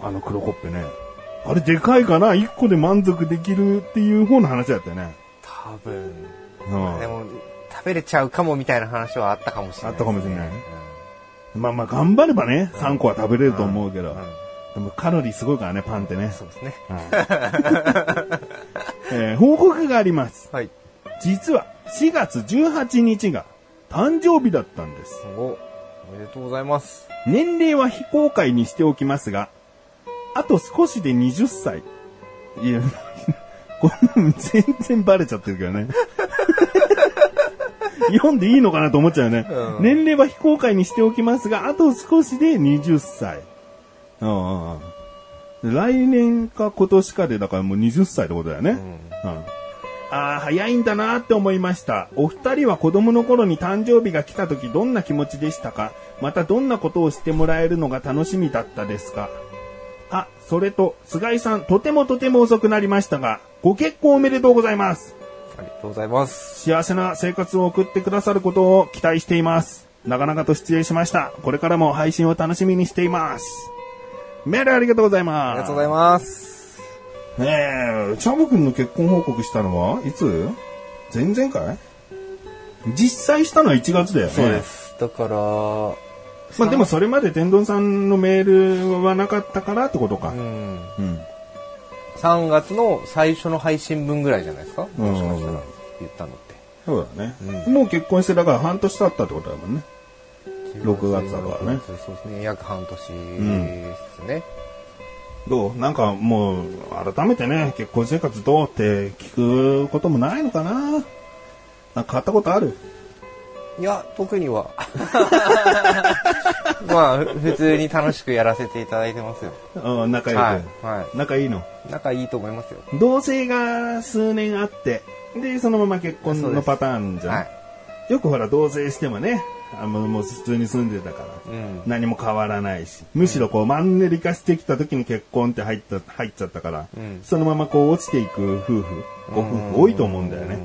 Speaker 3: あの黒コッペね。あれでかいから1個で満足できるっていう方の話だったよね。
Speaker 2: 多分、
Speaker 3: うん
Speaker 2: でも、食べれちゃうかもみたいな話はあったかもしれない、
Speaker 3: あったかもしれない
Speaker 2: うん
Speaker 3: まあまあ頑張ればね、3個は食べれると思うけど
Speaker 2: んうん。
Speaker 3: でもカロリーすごいからね、パンってね。
Speaker 2: そうですね。
Speaker 3: うんえー報告があります。
Speaker 2: はい。
Speaker 3: 実は4月18日が誕生日だったんです。
Speaker 2: おおめでとうございます。
Speaker 3: 年齢は非公開にしておきますが、あと少しで20歳。いや、 これ全然バレちゃってるけどね。 読んでいいのかなと思っちゃうよね。
Speaker 2: うん
Speaker 3: 年齢は非公開にしておきますが、あと少しで20歳。うんうんうん来年か今年かで、だからもう20歳ってことだよね。うんああ、早いんだなーって思いました。お二人は子供の頃に誕生日が来た時どんな気持ちでしたかまたどんなことをしてもらえるのが楽しみだったですかあ、それと、菅井さん、とてもとても遅くなりましたが、ご結婚おめでとうございます。
Speaker 2: ありがとうございます。
Speaker 3: 幸せな生活を送ってくださることを期待しています。なかなかと失礼しました。これからも配信を楽しみにしています。メールありがとうございます。
Speaker 2: ありがとうございます。
Speaker 3: ねえ、チャボくんの結婚報告したのはいつ前々回実際したのは1月だよね。
Speaker 2: そうで。す。だから、
Speaker 3: まあでもそれまで天丼さんのメールはなかったからってことか。
Speaker 2: うん。
Speaker 3: うん。
Speaker 2: 3月の最初の配信分ぐらいじゃないですか
Speaker 3: うん
Speaker 2: もしかしたら言ったのって。
Speaker 3: そうだね、もう結婚してだから半年経ったってことだもんね。6月だからね
Speaker 2: そうですね。約半年ですね。
Speaker 3: どうなんかもう改めてね、結婚生活どうって聞くこともないのかななんか買ったことある
Speaker 2: いや、特には。 まあ、普通に楽しくやらせていただいてますよ。
Speaker 3: うん、仲良く、
Speaker 2: はい。は
Speaker 3: 仲いいの
Speaker 2: い。仲いいと思いますよ。
Speaker 3: 同性が数年あって、で、そのまま結婚のパターンじゃん。
Speaker 2: はい。
Speaker 3: よくほら、同棲してもね、あの、もう普通に住んでたから、
Speaker 2: うん
Speaker 3: 何も変わらないし、むしろこう、マンネリ化してきた時に結婚って入った、入っちゃったから、
Speaker 2: うん
Speaker 3: そのままこう、落ちていく夫婦、ご夫婦多いと思うんだよね。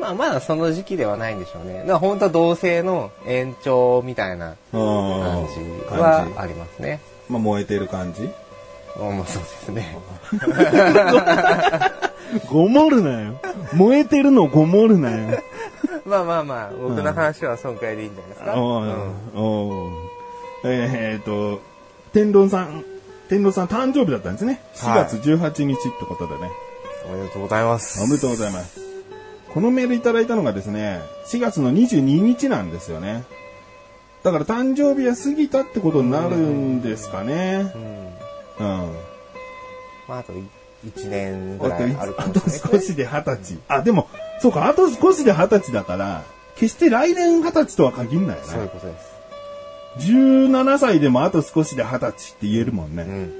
Speaker 2: まあまだその時期ではないんでしょうね。だから本当は同性の延長みたいな
Speaker 3: うん
Speaker 2: 感じ
Speaker 3: 感じ
Speaker 2: はありますね。
Speaker 3: まあ、燃えてる感じ
Speaker 2: うんまあそうですね。
Speaker 3: ごもるなよ。燃えてるのごもるなよ。
Speaker 2: まあまあまあ、僕の話はそんくらいでいいんじゃないですか。
Speaker 3: お
Speaker 2: うん
Speaker 3: ーおーえー、っと、天丼さん、天丼さん誕生日だったんですね。4
Speaker 2: はい
Speaker 3: 月18日ってことだね。
Speaker 2: おめでとうございます。
Speaker 3: おめでとうございます。このメールいただいたのがですね、4月の22日なんですよね。だから誕生日は過ぎたってことになるんですかね。う
Speaker 2: うん
Speaker 3: ん。
Speaker 2: まああとい1年
Speaker 3: あ
Speaker 2: ぐ
Speaker 3: と
Speaker 2: らいあるか
Speaker 3: あ
Speaker 2: も
Speaker 3: と
Speaker 2: しれな
Speaker 3: 少
Speaker 2: い。
Speaker 3: しで20歳。あ、でも、そうか、あと少しで20歳だから、決して来年20歳とは限んないよ
Speaker 2: そういう
Speaker 3: ね。
Speaker 2: ことです。
Speaker 3: 17歳でもあと少しで20歳って言えるもん
Speaker 2: う
Speaker 3: ね。
Speaker 2: ん。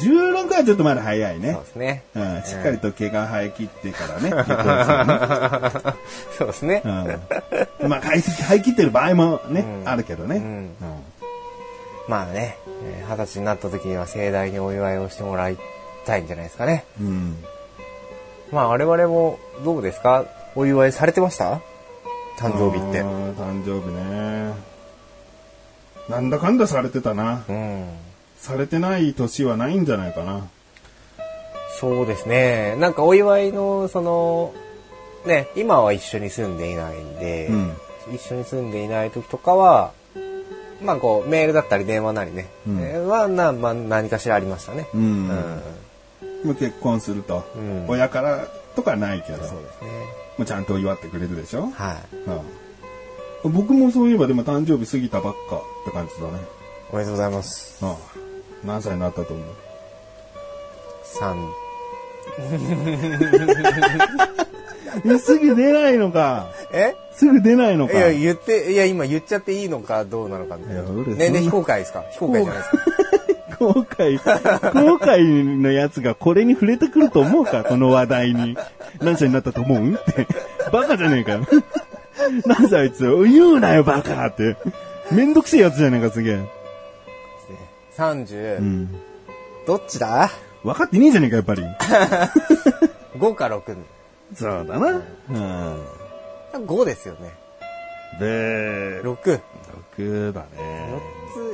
Speaker 3: 16はちょっとまだ早いね
Speaker 2: そう。ですね。
Speaker 3: うん、しっかりと毛が生え切ってからね。結婚するね
Speaker 2: そうですね。
Speaker 3: うんまあ、買い張り切ってる場合もね、
Speaker 2: うん
Speaker 3: あるけどね、
Speaker 2: うんまあね、えー二十歳になった時には盛大にお祝いをしてもらいたいんじゃないですかね。
Speaker 3: うんうん
Speaker 2: まあ我々もどうですかお祝いされてました誕生日って
Speaker 3: あ。ー誕生日ね。なんだかんだされてたな。
Speaker 2: うん。
Speaker 3: されてない年はないんじゃないかな。
Speaker 2: そうですね。なんかお祝いの、その、ね、今は一緒に住んでいないんで、
Speaker 3: うん
Speaker 2: 一緒に住んでいない時とかは、まあこう、メールだったり電話なりね、
Speaker 3: うん
Speaker 2: えーはな、まあ何かしらありましたね。
Speaker 3: う
Speaker 2: うんん。
Speaker 3: もう結婚すると、
Speaker 2: うん
Speaker 3: 親からとかないけど、
Speaker 2: そうですね。
Speaker 3: もうちゃんと祝ってくれるでしょ、
Speaker 2: はい。
Speaker 3: うん僕もそういえばでも誕生日過ぎたばっかって感じだね。
Speaker 2: おめでとうございます。
Speaker 3: うん何歳になったと思う
Speaker 2: 三
Speaker 3: えすぐ出ないのか。
Speaker 2: え
Speaker 3: すぐ出ないの
Speaker 2: いや、言って、いや、今言っちゃっていいのかどうなのかみたいな。
Speaker 3: いや俺
Speaker 2: ね、
Speaker 3: そんな
Speaker 2: ね、非公開ですか非公開じゃないですか。
Speaker 3: 後悔、後悔のやつがこれに触れてくると思うか、この話題に。何歳になったと思うって。バカじゃねえかよ。何歳あいつ、言うなよバカって。めんどくせえやつじゃねえか、すげえ。
Speaker 2: 30、
Speaker 3: うん。
Speaker 2: どっちだ
Speaker 3: 分かってねえじゃねえか、やっぱり。
Speaker 2: ?5 か6。
Speaker 3: そうだな。うん。
Speaker 2: 5ですよね。
Speaker 3: で、
Speaker 2: 6。
Speaker 3: 6だね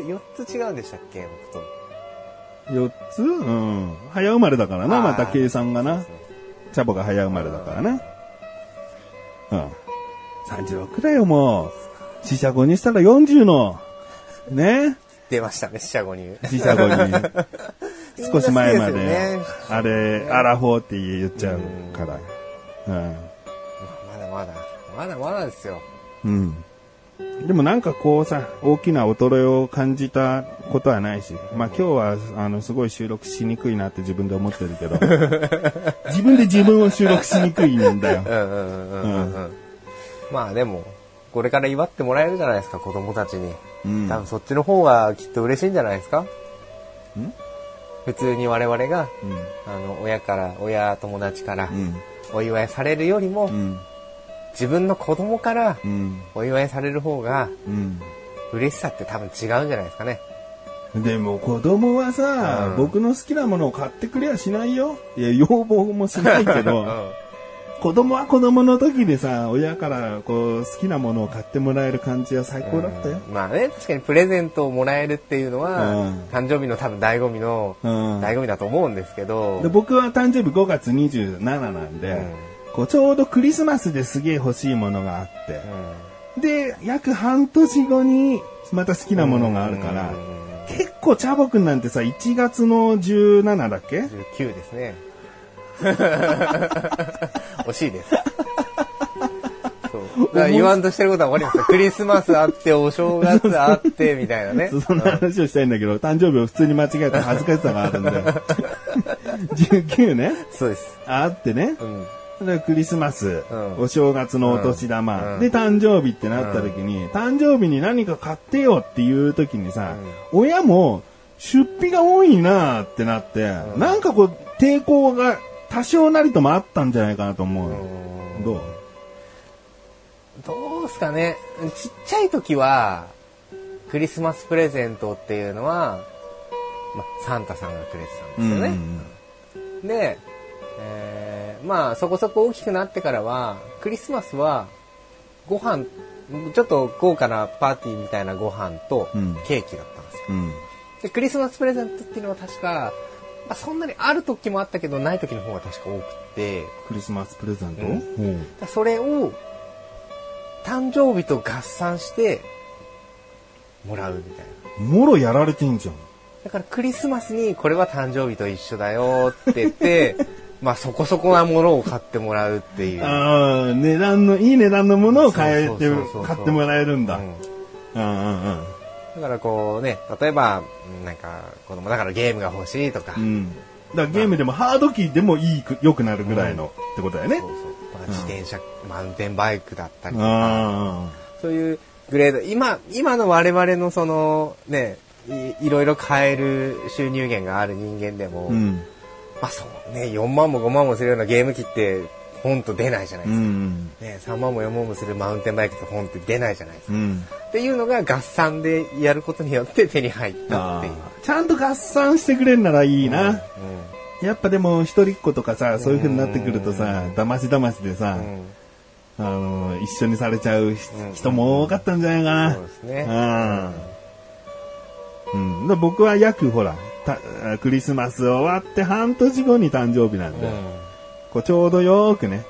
Speaker 2: 4。つ、4つ違うんでしたっけ僕と。
Speaker 3: 4つうん。早生まれだからな、
Speaker 2: あー
Speaker 3: また計算がな
Speaker 2: そう。ですね
Speaker 3: チャボが早生まれだからな。うん。36だよ、もう。四捨五入したら40の。ね
Speaker 2: 出ましたね、四捨五入。
Speaker 3: 四捨五 入。 少し前ま
Speaker 2: みんな好きすよ
Speaker 3: で
Speaker 2: ね。
Speaker 3: あれ、アラフォーって言っちゃうから。
Speaker 2: まだまだ、まだまだですよ。
Speaker 3: うん。うん。でもなんかこうさ、大きな衰えを感じたことはないし、まあ今日は、あの、すごい収録しにくいなって自分で思ってるけ ど、自分で自分を収録しにくいんだよ
Speaker 2: う。んうんうんうんうん。まあでも、これから祝ってもらえるじゃないですか、子供たちに。
Speaker 3: うん
Speaker 2: 多分そっちの方がきっと嬉しいんじゃないですか普通に我
Speaker 3: う
Speaker 2: 々が、
Speaker 3: ん。
Speaker 2: あの、親から、親友達から
Speaker 3: う、ん。
Speaker 2: お祝いされるよりも、
Speaker 3: うん。
Speaker 2: 自分の子供から
Speaker 3: うん。
Speaker 2: お祝いされる方が、
Speaker 3: うん。
Speaker 2: 嬉しさって多分違うんじゃないですかね。
Speaker 3: でも子供はさ、
Speaker 2: うん
Speaker 3: 僕の好きなものを買ってくれやしないよ。いや、要望もしないけ
Speaker 2: う
Speaker 3: ど、
Speaker 2: ん。
Speaker 3: 子供は子供の時でさ、親からこう、好きなものを買ってもらえる感じは最高だったよ。
Speaker 2: まあね、確かにプレゼントをもらえるっていうのは、
Speaker 3: うん
Speaker 2: 誕生日の多分醍醐味の、
Speaker 3: うん。
Speaker 2: 醍醐味だと思うんですけど、
Speaker 3: で僕は誕生日5月27なんで、
Speaker 2: うん
Speaker 3: こうちょうどクリスマスですげえ欲しいものがあって、で、約半年後にまた好きなものがあるから、
Speaker 2: うん
Speaker 3: 結構チャボくんなんてさ、1月の17だっけ
Speaker 2: 19で すね。惜しいです。そう。だから言わんとしてることはわかりま すよクリスマスあって、お正月あって、みたいなね。
Speaker 3: そんな話をしたいんだけど、誕生日を普通に間違えた恥ずかしさがある んで。19ね。
Speaker 2: そうです。
Speaker 3: あってね
Speaker 2: う。ん。
Speaker 3: でクリスマス、
Speaker 2: うん
Speaker 3: お正月のお年
Speaker 2: う
Speaker 3: 玉、
Speaker 2: ん
Speaker 3: で、誕生日ってなった時に、誕生日に何か買ってよっていう時にさ、親も出費が多いなーってなって、なんかこう、抵抗が多少なりともあったんじゃないかなと思う
Speaker 2: う
Speaker 3: の。
Speaker 2: ん
Speaker 3: どう
Speaker 2: どうすかね。ちっちゃい時は、クリスマスプレゼントっていうのは、ま、サンタさんがくれてたんですよね。で、えーまあそこそこ大きくなってからはクリスマスはご飯ちょっと豪華なパーティーみたいなご飯と
Speaker 3: うん
Speaker 2: ケーキだったんですよ、
Speaker 3: うん。
Speaker 2: でクリスマスプレゼントっていうのは確か、まあ、そんなにある時もあったけどない時の方が確か多くて
Speaker 3: クリスマスプレゼント、
Speaker 2: うん
Speaker 3: うん
Speaker 2: だそれを誕生日と合算してもらうみたいな
Speaker 3: もろやられてんじゃん。
Speaker 2: だからクリスマスにこれは誕生日と一緒だよって言 って、まあそこそこなものを買ってもらうっていう。
Speaker 3: ああ、値段の、いい値段のものを買えて
Speaker 2: そうそうそうそ、う
Speaker 3: 買ってもらえるんだ。
Speaker 2: う
Speaker 3: うんんうんうん。
Speaker 2: だからこうね、例えば、うんなんか子供だからゲームが欲しいとか、
Speaker 3: うん。だからゲームでもハードキーでもいいく、良くなるぐらいのってことだよね
Speaker 2: そう。そうまあ、自転車、マウンテンバイクだったりとか、
Speaker 3: あ
Speaker 2: そういうグレード、今、今の我々のそのね、いいろいろ買える収入源がある人間でも、
Speaker 3: あ。うん。
Speaker 2: まあそうね、4万も5万もするようなゲーム機って、ほんと出ないじゃないうですか。
Speaker 3: ん。
Speaker 2: ね、3万も4万もするマウンテンバイクって本って出ないじゃないです
Speaker 3: う
Speaker 2: か。
Speaker 3: ん。
Speaker 2: っていうのが合算でやることによって手に入ったっ
Speaker 3: あ
Speaker 2: ていう。
Speaker 3: あ。ちゃんと合算してくれるならいいな。
Speaker 2: う
Speaker 3: やっぱでも一人っ子とかさ、そういう風になってくるとさ、だましだましでさ、
Speaker 2: ん。うん。
Speaker 3: あの、一緒にされちゃうひ
Speaker 2: うん
Speaker 3: 人も多かったんじゃないかな。
Speaker 2: そうですね。
Speaker 3: うん。うん。だから僕は約ほら、たクリスマス終わって半年後に誕生日なんで、
Speaker 2: うん
Speaker 3: こうちょうどよーくね、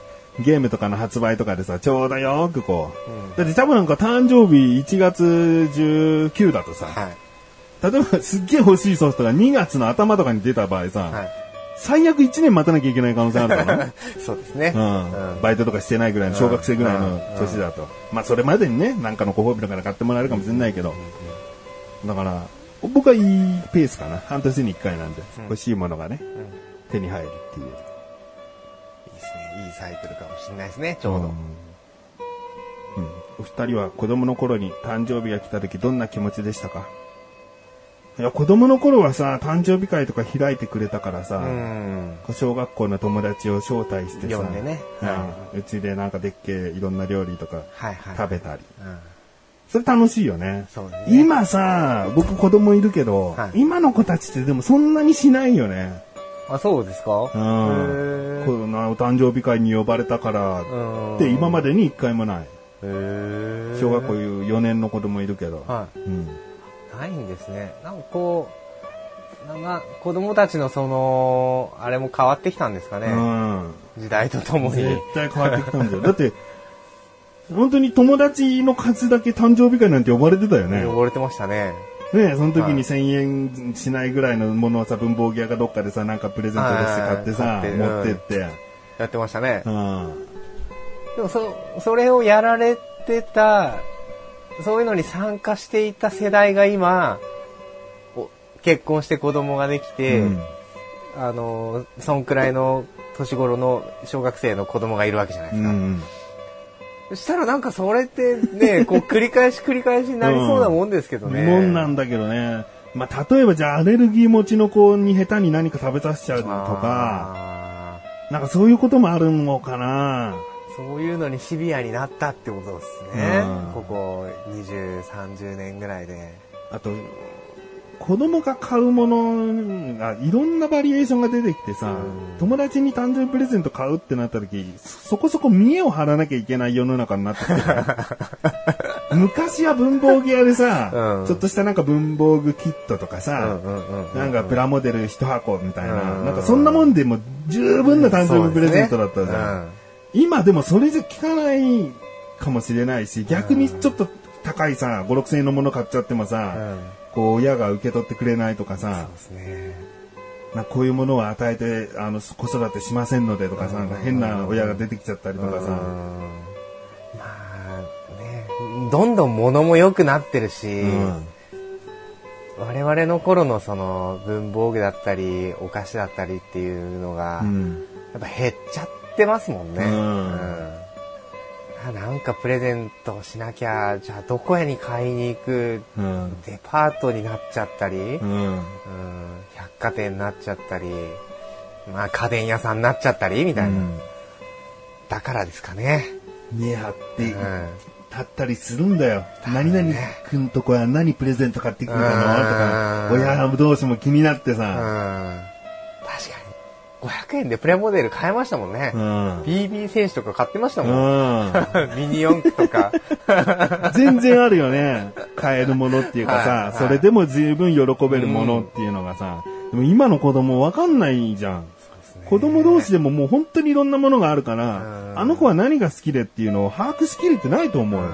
Speaker 3: ゲームとかの発売とかでさ、ちょうどよーくこう。だって多分なんか誕生日1月19だとさ、
Speaker 2: はい。
Speaker 3: 例えばすっげえ欲しいソフトが2月の頭とかに出た場合さ、
Speaker 2: はい。
Speaker 3: 最悪1年待たなきゃいけない可能性あるからな。
Speaker 2: そうですね。
Speaker 3: うんバイトとかしてないぐらいの小学生ぐらいの年だと。まあそれまでにね、なんかのご褒美だから買ってもらえるかもしれないけど。だから、僕はいいペースかな。半年に1回なんで、欲しいものがね、手に入るっていう。
Speaker 2: いいですね。いいサイクルかもしれないですね、ちょうど。
Speaker 3: うん。お二人は子供の頃に誕生日が来た時どんな気持ちでしたかいや、子供の頃はさ、誕生日会とか開いてくれたからさ、
Speaker 2: うん。
Speaker 3: 小学校の友達を招待してさ、
Speaker 2: 呼んでねは
Speaker 3: うんうちでなんかでっけえいろんな料理とか
Speaker 2: はいはい。
Speaker 3: 食べたり。
Speaker 2: うん。
Speaker 3: それ楽しいよね。
Speaker 2: そうね
Speaker 3: 今さ、僕子供いるけど、
Speaker 2: はい
Speaker 3: 今の子たちってでもそんなにしないよね。
Speaker 2: あ、そうですか
Speaker 3: う
Speaker 2: へ
Speaker 3: ん。
Speaker 2: ー
Speaker 3: このお誕生日会に呼ばれたから
Speaker 2: うん
Speaker 3: って今までに一回もない。
Speaker 2: へー
Speaker 3: 小学校4年の子供いるけど。
Speaker 2: は
Speaker 3: うん。
Speaker 2: い。ないんですね。なんかこう、なんか子供たちのその、あれも変わってきたんですかね。
Speaker 3: うん。
Speaker 2: 時代とともに。
Speaker 3: 絶対変わってきたんだよ。だって、本当に友達の数だけ誕生日会なんて呼ばれてたよね。
Speaker 2: 汚れてましたね。
Speaker 3: ねその時
Speaker 2: はい
Speaker 3: に1000円しないぐらいのものをさ、文房具屋かどっかでさ、なんかプレゼントでして買ってさ、
Speaker 2: はいはい
Speaker 3: 持っ
Speaker 2: はい
Speaker 3: てって。
Speaker 2: やってましたね
Speaker 3: う。ん。
Speaker 2: でもそ、それをやられてた、そういうのに参加していた世代が今、お結婚して子供ができて、
Speaker 3: うん
Speaker 2: あの、そんくらいの年頃の小学生の子供がいるわけじゃないで
Speaker 3: う
Speaker 2: すか。
Speaker 3: ん。
Speaker 2: そしたらなんかそれってね、こう繰り返し繰り返しになりそうなもんですけどね。
Speaker 3: もんなんだけどね。まあ、例えばじゃあアレルギー持ちの子に下手に何か食べさせちゃうとか、
Speaker 2: あ
Speaker 3: なんかそういうこともあるのかな。
Speaker 2: ーそういうのにシビアになったってことですね
Speaker 3: うん。
Speaker 2: ここ20、30年ぐらいで。
Speaker 3: あと、子供が買うものが、いろんなバリエーションが出てきてさ、
Speaker 2: うん
Speaker 3: 友達に誕生日プレゼント買うってなった時、そこそこ見栄を張らなきゃいけない世の中になってきて る昔は文房具屋でさ、
Speaker 2: うん
Speaker 3: ちょっとしたなんか文房具キットとかさ、なんかプラモデル一箱みたいな、
Speaker 2: うん
Speaker 3: なんかそんなもんでも十分な誕生日プレゼントだったじゃん。
Speaker 2: ん。
Speaker 3: 今でもそれじゃ効かないかもしれないし、逆にちょっと高いさ、5、6千円のもの買っちゃってもさ、
Speaker 2: うん
Speaker 3: こう親が受け取ってくれないとかさ
Speaker 2: そう、ですね。
Speaker 3: なんかこういうものを与えて、あの、子育てしませんのでとかさ、なんか変な親が出てきちゃったりとか
Speaker 2: うん
Speaker 3: さ、
Speaker 2: まあね、どんどん物も良くなってるし、
Speaker 3: うん
Speaker 2: 我々の頃のその文房具だったり、お菓子だったりっていうのが、
Speaker 3: うん
Speaker 2: やっぱ減っちゃってますもんね。
Speaker 3: うん
Speaker 2: あなんかプレゼントしなきゃ、じゃあどこへに買いに行く、
Speaker 3: うん
Speaker 2: デパートになっちゃったり、
Speaker 3: うん
Speaker 2: うん百貨店になっちゃったり、まあ家電屋さんになっちゃったり、みたいな。だからですかね。
Speaker 3: 見え張って
Speaker 2: うん。
Speaker 3: 立ったりするんだよ。何々くんとこは何プレゼント買ってくるのとか、
Speaker 2: うん
Speaker 3: 親同士も気になって
Speaker 2: うん。確
Speaker 3: さ、
Speaker 2: かに。500円でプレモデル買えましたもんね。
Speaker 3: うん。
Speaker 2: BB 選手とか買ってましたもん。
Speaker 3: うん。
Speaker 2: ミニ四駆とか。
Speaker 3: 全然あるよね。買えるものっていうかさ、
Speaker 2: はいはい
Speaker 3: それでも十分喜べるものっていうのがさ、でも今の子供わかんないじゃん。子供同士でももう本当にいろんなものがあるから、
Speaker 2: うん
Speaker 3: あの子は何が好きでっていうのを把握しきれてないと思う
Speaker 2: う
Speaker 3: よ。
Speaker 2: ん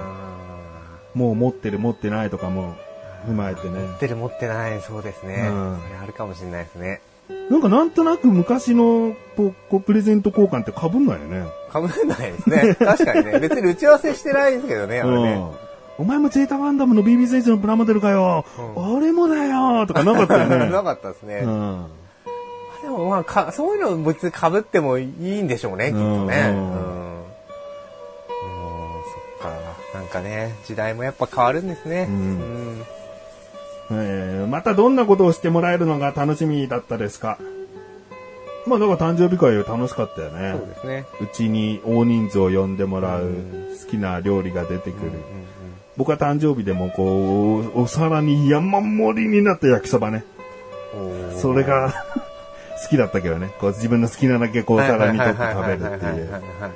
Speaker 3: もう持ってる持ってないとかも踏まえてね
Speaker 2: 持っ。てる持ってない、そうですね。
Speaker 3: うん
Speaker 2: それあるかもしれないですね。
Speaker 3: なんかなんとなく昔のこうこうプレゼント交換って被んないよね。
Speaker 2: かぶんないですね。確かにね。別に打ち合わせしてないですけどね、あれね。
Speaker 3: うんお前もゼータガンダムの BB 選手のプラモデルかよ、あれもだよとかなかったよね。
Speaker 2: なかったですね。
Speaker 3: うん
Speaker 2: でもまあか、そういうのも別に被ってもいいんでしょうね、きっと
Speaker 3: う
Speaker 2: ね。うんん。うん、そっか。なんかね、時代もやっぱ変わるんですね。
Speaker 3: う
Speaker 2: うんん。
Speaker 3: えーまたどんなことをしてもらえるのが楽しみだったですかまあだから誕生日会は楽しかったよね
Speaker 2: そう。ですね。
Speaker 3: うちに大人数を呼んでもらう、
Speaker 2: う
Speaker 3: 好きな料理が出てくる。
Speaker 2: うんうん
Speaker 3: 僕は誕生日でもこう、お皿に山盛りになった焼きそばね。
Speaker 2: おー
Speaker 3: それが好きだったけどね。こう自分の好きなだけこうお皿にとって食べるって
Speaker 2: はい
Speaker 3: い
Speaker 2: はい
Speaker 3: う。
Speaker 2: はいはいはいはいはいはい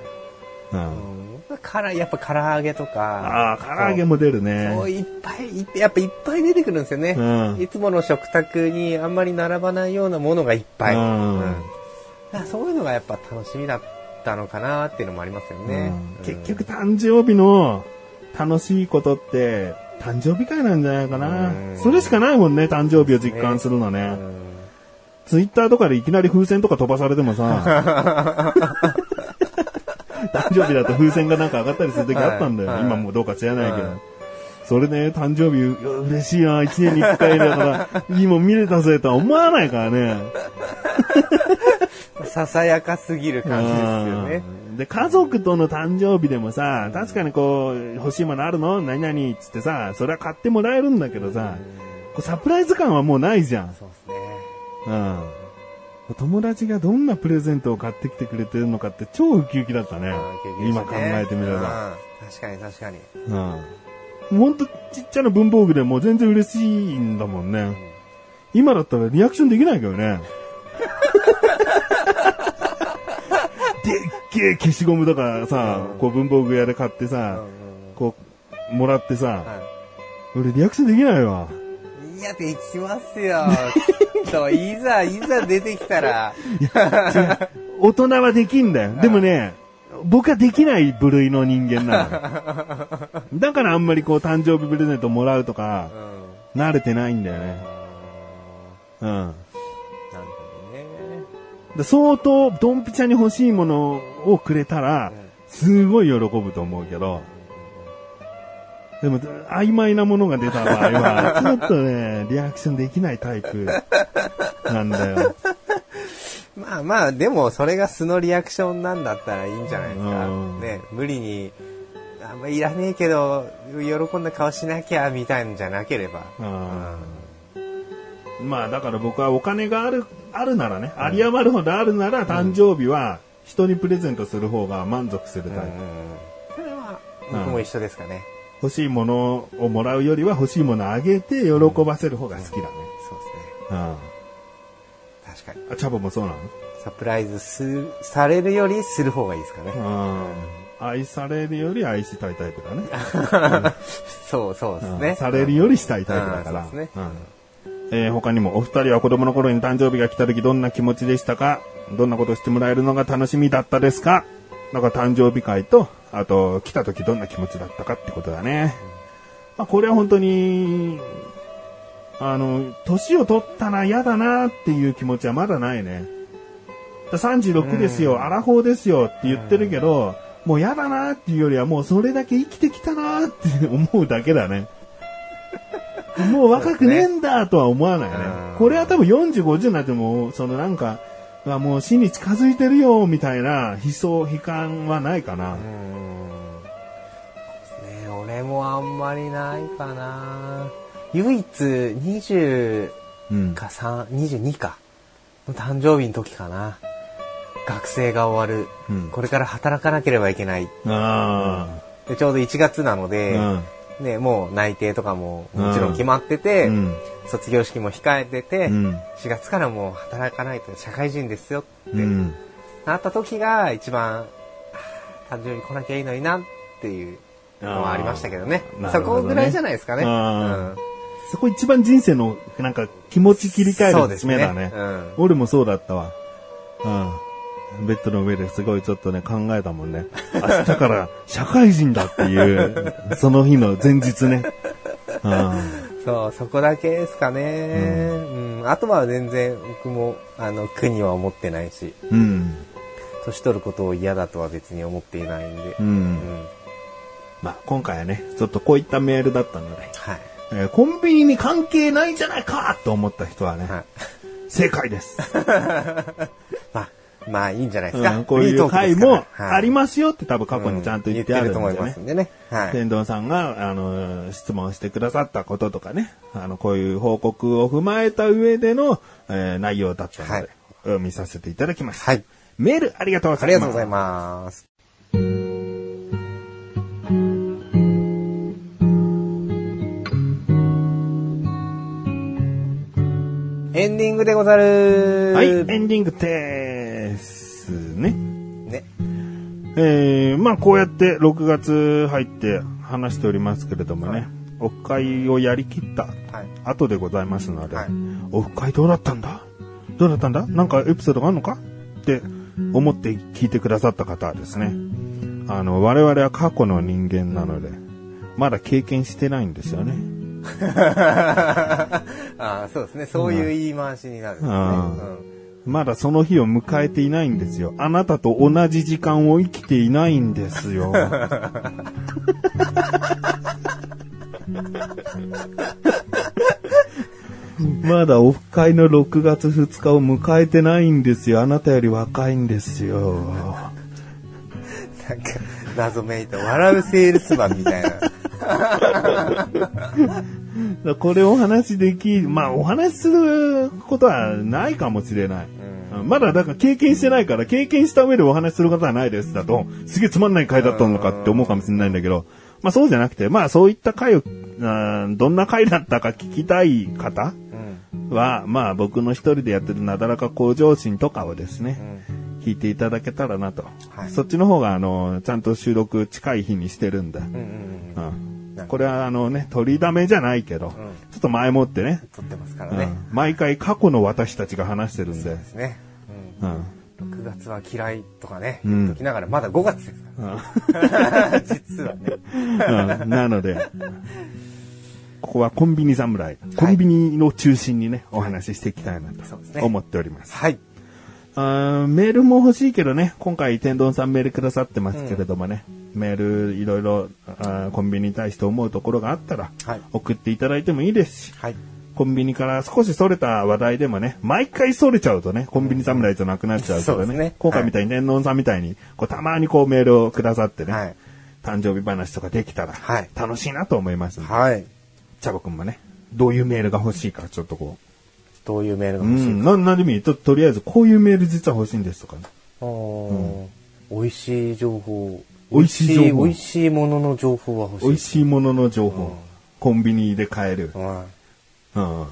Speaker 3: うん
Speaker 2: うんから、やっぱ唐揚げとか。
Speaker 3: ああ、唐揚げも出るね。
Speaker 2: そういっぱい、いっやっぱいっぱい出てくるんですよね。
Speaker 3: うん
Speaker 2: いつもの食卓にあんまり並ばないようなものがいっぱい。
Speaker 3: うん
Speaker 2: だからそういうのがやっぱ楽しみだっったのかなっていうのもありますよね。うん
Speaker 3: 結局誕生日の楽しいことって、誕生日会なんじゃないか
Speaker 2: う
Speaker 3: な。
Speaker 2: ん
Speaker 3: それしかないもんね、誕生日を実感するのね。ツイッターとかでいきなり風船とか飛ばされてもさ、 誕生日だと風船がなんか上がったりする時あったんだよ。
Speaker 2: はいはい
Speaker 3: 今もうどうか知らないけど。
Speaker 2: はい
Speaker 3: それで、誕生日、うわ嬉しいな、一年に一回だから、いいもん見れたぜとは思わないからね。
Speaker 2: ささやかすぎる感じですよね。
Speaker 3: うんで、家族との誕生日でもさ、確かにこう、欲しいものあるの何々っつってさ、それは買ってもらえるんだけどさ、こうサプライズ感はもうないじゃん。
Speaker 2: そうですね。
Speaker 3: うん。友達がどんなプレゼントを買ってきてくれてるのかって超ウキウキだったね。
Speaker 2: あー経験し
Speaker 3: 今
Speaker 2: たね
Speaker 3: 考えてみれば。
Speaker 2: うん確かに確かに。
Speaker 3: うん。ほんとちっちゃな文房具でも全然嬉しいんだもんね。今だったらリアクションできないけどね。でっけえ消しゴムとかさ、こう文房具屋で買ってさ、こう、もらってさ、
Speaker 2: は
Speaker 3: 俺リアクションできないわ。
Speaker 2: い、いや、できますよ。きっと、いざ、いざ出てきたら、
Speaker 3: 大人はできんだよ。でもね、僕はできない部類の人間なの。だからあんまりこう誕生日プレゼントもらうとか
Speaker 2: う、ん。
Speaker 3: 慣れてないんだよね。う
Speaker 2: あ
Speaker 3: ん。
Speaker 2: ーなるほどね。
Speaker 3: で相当ドンピシャに欲しいものをくれたら、すごい喜ぶと思うけど、でも曖昧なものが出た場合 は、ちょっとね、リアクションできないタイプなんだよ。
Speaker 2: まあまあ、でも、それが素のリアクションなんだったらいいんじゃないですか
Speaker 3: うん。
Speaker 2: ね、無理に、あんまいらねえけど、喜んだ顔しなきゃ、みたいなんじゃなければ。
Speaker 3: うんまあだから僕はお金がある、あるならね、あり余るほどあるなら誕生日は人にプレゼントする方が満足する
Speaker 2: うん
Speaker 3: タイプ。
Speaker 2: それは、僕も一緒ですかね。
Speaker 3: 欲しいものをもらうよりは欲しいものあげて喜ばせる方が好きだね。
Speaker 2: そうで
Speaker 3: うん。あ、
Speaker 2: すね。確かに。
Speaker 3: チャボもそうなの
Speaker 2: サプライズす、されるよりする方がいいですかね。
Speaker 3: うん。愛されるより愛したいタイプだね。
Speaker 2: そうそうです
Speaker 3: う
Speaker 2: ね。
Speaker 3: んされるよりしたいタイプだから。
Speaker 2: うんそうです
Speaker 3: う
Speaker 2: ね
Speaker 3: んえー他にも、お二人は子供の頃に誕生日が来た時どんな気持ちでしたかどんなことしてもらえるのが楽しみだったですかなんか誕生日会と、あと、来た時どんな気持ちだったかってことだね。まあ、これは本当に、あの、年を取ったら嫌だなっていう気持ちはまだないね。だ36ですよ、アラフォーですよって言ってるけど、もう嫌だなっていうよりはもうそれだけ生きてきたなって思うだけだ ね。もう若くねえんだとは思わないね
Speaker 2: うん。
Speaker 3: これは多分40、50になっても、そのなんか、うわもう死に近づいてるよみたいな悲壮、悲観はないかな。
Speaker 2: うん。そうですね。俺もあんまりないかな。唯一、20
Speaker 3: うん。
Speaker 2: か3、22か。の誕生日の時かな。学生が終わる。
Speaker 3: うん
Speaker 2: これから働かなければいけない。
Speaker 3: あ
Speaker 2: でちょうど1月なの
Speaker 3: あ。
Speaker 2: で、
Speaker 3: うん。
Speaker 2: ね、もう内定とかももちろん決まってて、
Speaker 3: うん
Speaker 2: 卒業式も控えてて、
Speaker 3: うん
Speaker 2: 4月からもう働かないと社会人ですよって
Speaker 3: うん。
Speaker 2: なった時が一番、はあ誕生日来なきゃいいのになっていうのはありましたけどね
Speaker 3: あー。なる
Speaker 2: そ
Speaker 3: ほどね
Speaker 2: こぐらいじゃないですかね。
Speaker 3: あそこ一番人生の、なんか気持ち切り替え
Speaker 2: そう
Speaker 3: る
Speaker 2: で
Speaker 3: 節
Speaker 2: す
Speaker 3: 目
Speaker 2: ね
Speaker 3: だね。
Speaker 2: うん
Speaker 3: 俺もそうだったわ。うん。ベッドの上ですごいちょっとね、考えたもん ね。明日から社会人だっていう、その日の前日ね。うん。
Speaker 2: そう、そこだけですかね。うんあとは全然僕も、あの、苦には思ってないし、
Speaker 3: うん。
Speaker 2: 年取ることを嫌だとは別に思っていないんで。
Speaker 3: う。
Speaker 2: うんん
Speaker 3: まあ、今回はね、ちょっとこういったメールだったので、
Speaker 2: はい。
Speaker 3: えーコンビニに関係ないじゃないかと思った人はね、
Speaker 2: はい。
Speaker 3: 正解です。
Speaker 2: まあ、まあいいんじゃないです
Speaker 3: う
Speaker 2: か。
Speaker 3: んこう い
Speaker 2: ト
Speaker 3: う
Speaker 2: ーク
Speaker 3: 回
Speaker 2: ですから
Speaker 3: もありますよって多分過去
Speaker 2: う
Speaker 3: にちゃんと言ってあるん
Speaker 2: 言
Speaker 3: で
Speaker 2: ってると思いま
Speaker 3: ね
Speaker 2: す。んでね。はい。
Speaker 3: 天童さんが、あの、質問してくださったこととかね、あの、こういう報告を踏まえた上での、えー内容だったので、
Speaker 2: はい
Speaker 3: うん見させていただきました。
Speaker 2: はい
Speaker 3: メールありがとうご
Speaker 2: あ
Speaker 3: ざいます。
Speaker 2: りがとうございます。エンディングでござる
Speaker 3: はい、エンディングですね。
Speaker 2: ね。
Speaker 3: えー、まあこうやって6月入って話しておりますけれどもね、オフ会をやりきった
Speaker 2: はい。
Speaker 3: 後でございますので、
Speaker 2: はい
Speaker 3: オフ会どうだったんだどうだったんだなんかエピソードがあるのかって思って聞いてくださった方ですね。あの、我々は過去の人間なので、まだ経験してないんですよね。
Speaker 2: あーそうですね。そういう言い回しになるんですね。
Speaker 3: うん
Speaker 2: うん
Speaker 3: まだその日を迎えていないんですよ。あなたと同じ時間を生きていないんですよ。まだオフ会の6月2日を迎えてないんですよ。あなたより若いんですよ。
Speaker 2: なんか、謎めいた笑うセールスマンみたいな。
Speaker 3: これお話でき、まあお話しすることはないかもしれない。まだだから経験してないから、経験した上でお話しすることはないですだと、すげえつまんない回だったのかって思うかもしれないんだけど、まあそうじゃなくて、まあそういった回を、あーどんな回だったか聞きたい方
Speaker 2: うん。
Speaker 3: は、まあ僕の一人でやってるなだらか向上心とかをですね、聞いていただけたらなと。
Speaker 2: はい
Speaker 3: そっちの方が、あの、ちゃんと収録近い日にしてるんだ。
Speaker 2: うんうんうん。
Speaker 3: うん
Speaker 2: なんか
Speaker 3: これはあのね、取りだめじゃないけど、ちょっと前もってね、
Speaker 2: 撮ってますから
Speaker 3: うん
Speaker 2: ね。
Speaker 3: 毎回過去の私たちが話してるんで、
Speaker 2: ですね。う
Speaker 3: う
Speaker 2: ん
Speaker 3: ん
Speaker 2: 6月は嫌いとかね、
Speaker 3: うん
Speaker 2: 言っときながら、まだ5月ですか
Speaker 3: うん
Speaker 2: ら。 実はね。
Speaker 3: うんなので、ここはコンビニ侍、コンビニの中心にね、お話ししていきたいな
Speaker 2: そうです
Speaker 3: と
Speaker 2: ね
Speaker 3: 思っております。
Speaker 2: はい。
Speaker 3: あーメールも欲しいけどね、今回天丼さんメールくださってますけれどもね、メールいろいろあーコンビニに対して思うところがあったら、
Speaker 2: はい
Speaker 3: 送っていただいてもいいですし、
Speaker 2: はい。
Speaker 3: コンビニから少し逸れた話題でもね、毎回逸れちゃうとね、コンビニ侍じゃなくなっちゃうけど
Speaker 2: そう
Speaker 3: ね、
Speaker 2: ですね
Speaker 3: 今回みたいに天丼さんみたいに、こうたまにこうメールをくださってね、
Speaker 2: はい
Speaker 3: 誕生日話とかできたら
Speaker 2: はい、
Speaker 3: 楽しいなと思いますんで、
Speaker 2: はい。
Speaker 3: チャボくんもね、どういうメールが欲しいかちょっとこ
Speaker 2: どういうメール
Speaker 3: う、
Speaker 2: が
Speaker 3: う
Speaker 2: 欲しい
Speaker 3: ん、ななんでもいいと、とりあえずこういうメール実は欲しいんですとかね。
Speaker 2: あー美味しい情報。
Speaker 3: 美味しい情報
Speaker 2: 美味しいものの情報は欲しい。
Speaker 3: 美味しいものの情報、
Speaker 2: うん
Speaker 3: コンビニで買える、
Speaker 2: うん
Speaker 3: うん、
Speaker 2: あ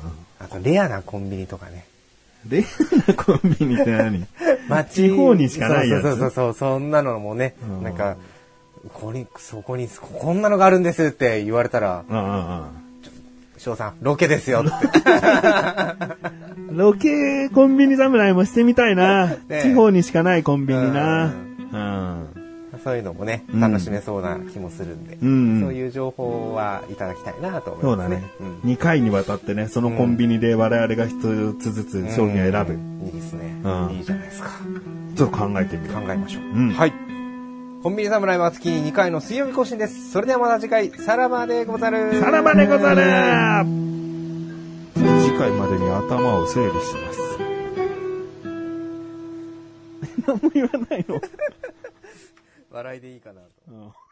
Speaker 2: と、レアなコンビニとかね。
Speaker 3: レアな コンビニって何
Speaker 2: 街
Speaker 3: 地方にしかないやつ
Speaker 2: そうそうそうそう、そんなのもね、
Speaker 3: うん
Speaker 2: なんか、ここに、そこに、ここんなのがあるんですって言われたら、
Speaker 3: うんうん
Speaker 2: 翔さん、ロケです よって。
Speaker 3: うんロケコンビニ侍もしてみたいな、
Speaker 2: え
Speaker 3: 地方にしかないコンビニな、
Speaker 2: う
Speaker 3: うん
Speaker 2: そういうのもね
Speaker 3: う、ん
Speaker 2: 楽しめそうな気もするんで、
Speaker 3: んうん
Speaker 2: そういう情報はいただきたいなと思
Speaker 3: そ
Speaker 2: いうま
Speaker 3: だ
Speaker 2: すね。
Speaker 3: ね、
Speaker 2: ん
Speaker 3: 2回にわたってねそのコンビニで我々が一つずつ商品を選ぶ、
Speaker 2: いいですね、
Speaker 3: うん
Speaker 2: いいじゃないですか。
Speaker 3: ちょっと考えてみる
Speaker 2: 考えましょう。
Speaker 3: うん
Speaker 2: はい。コンビニ侍は月に2回の水曜日更新です。それではまた次回、さらばでござる。
Speaker 3: さらばでござる次回までに頭を整理します。 何も言わないの
Speaker 2: 笑いでいいかなと。
Speaker 3: うん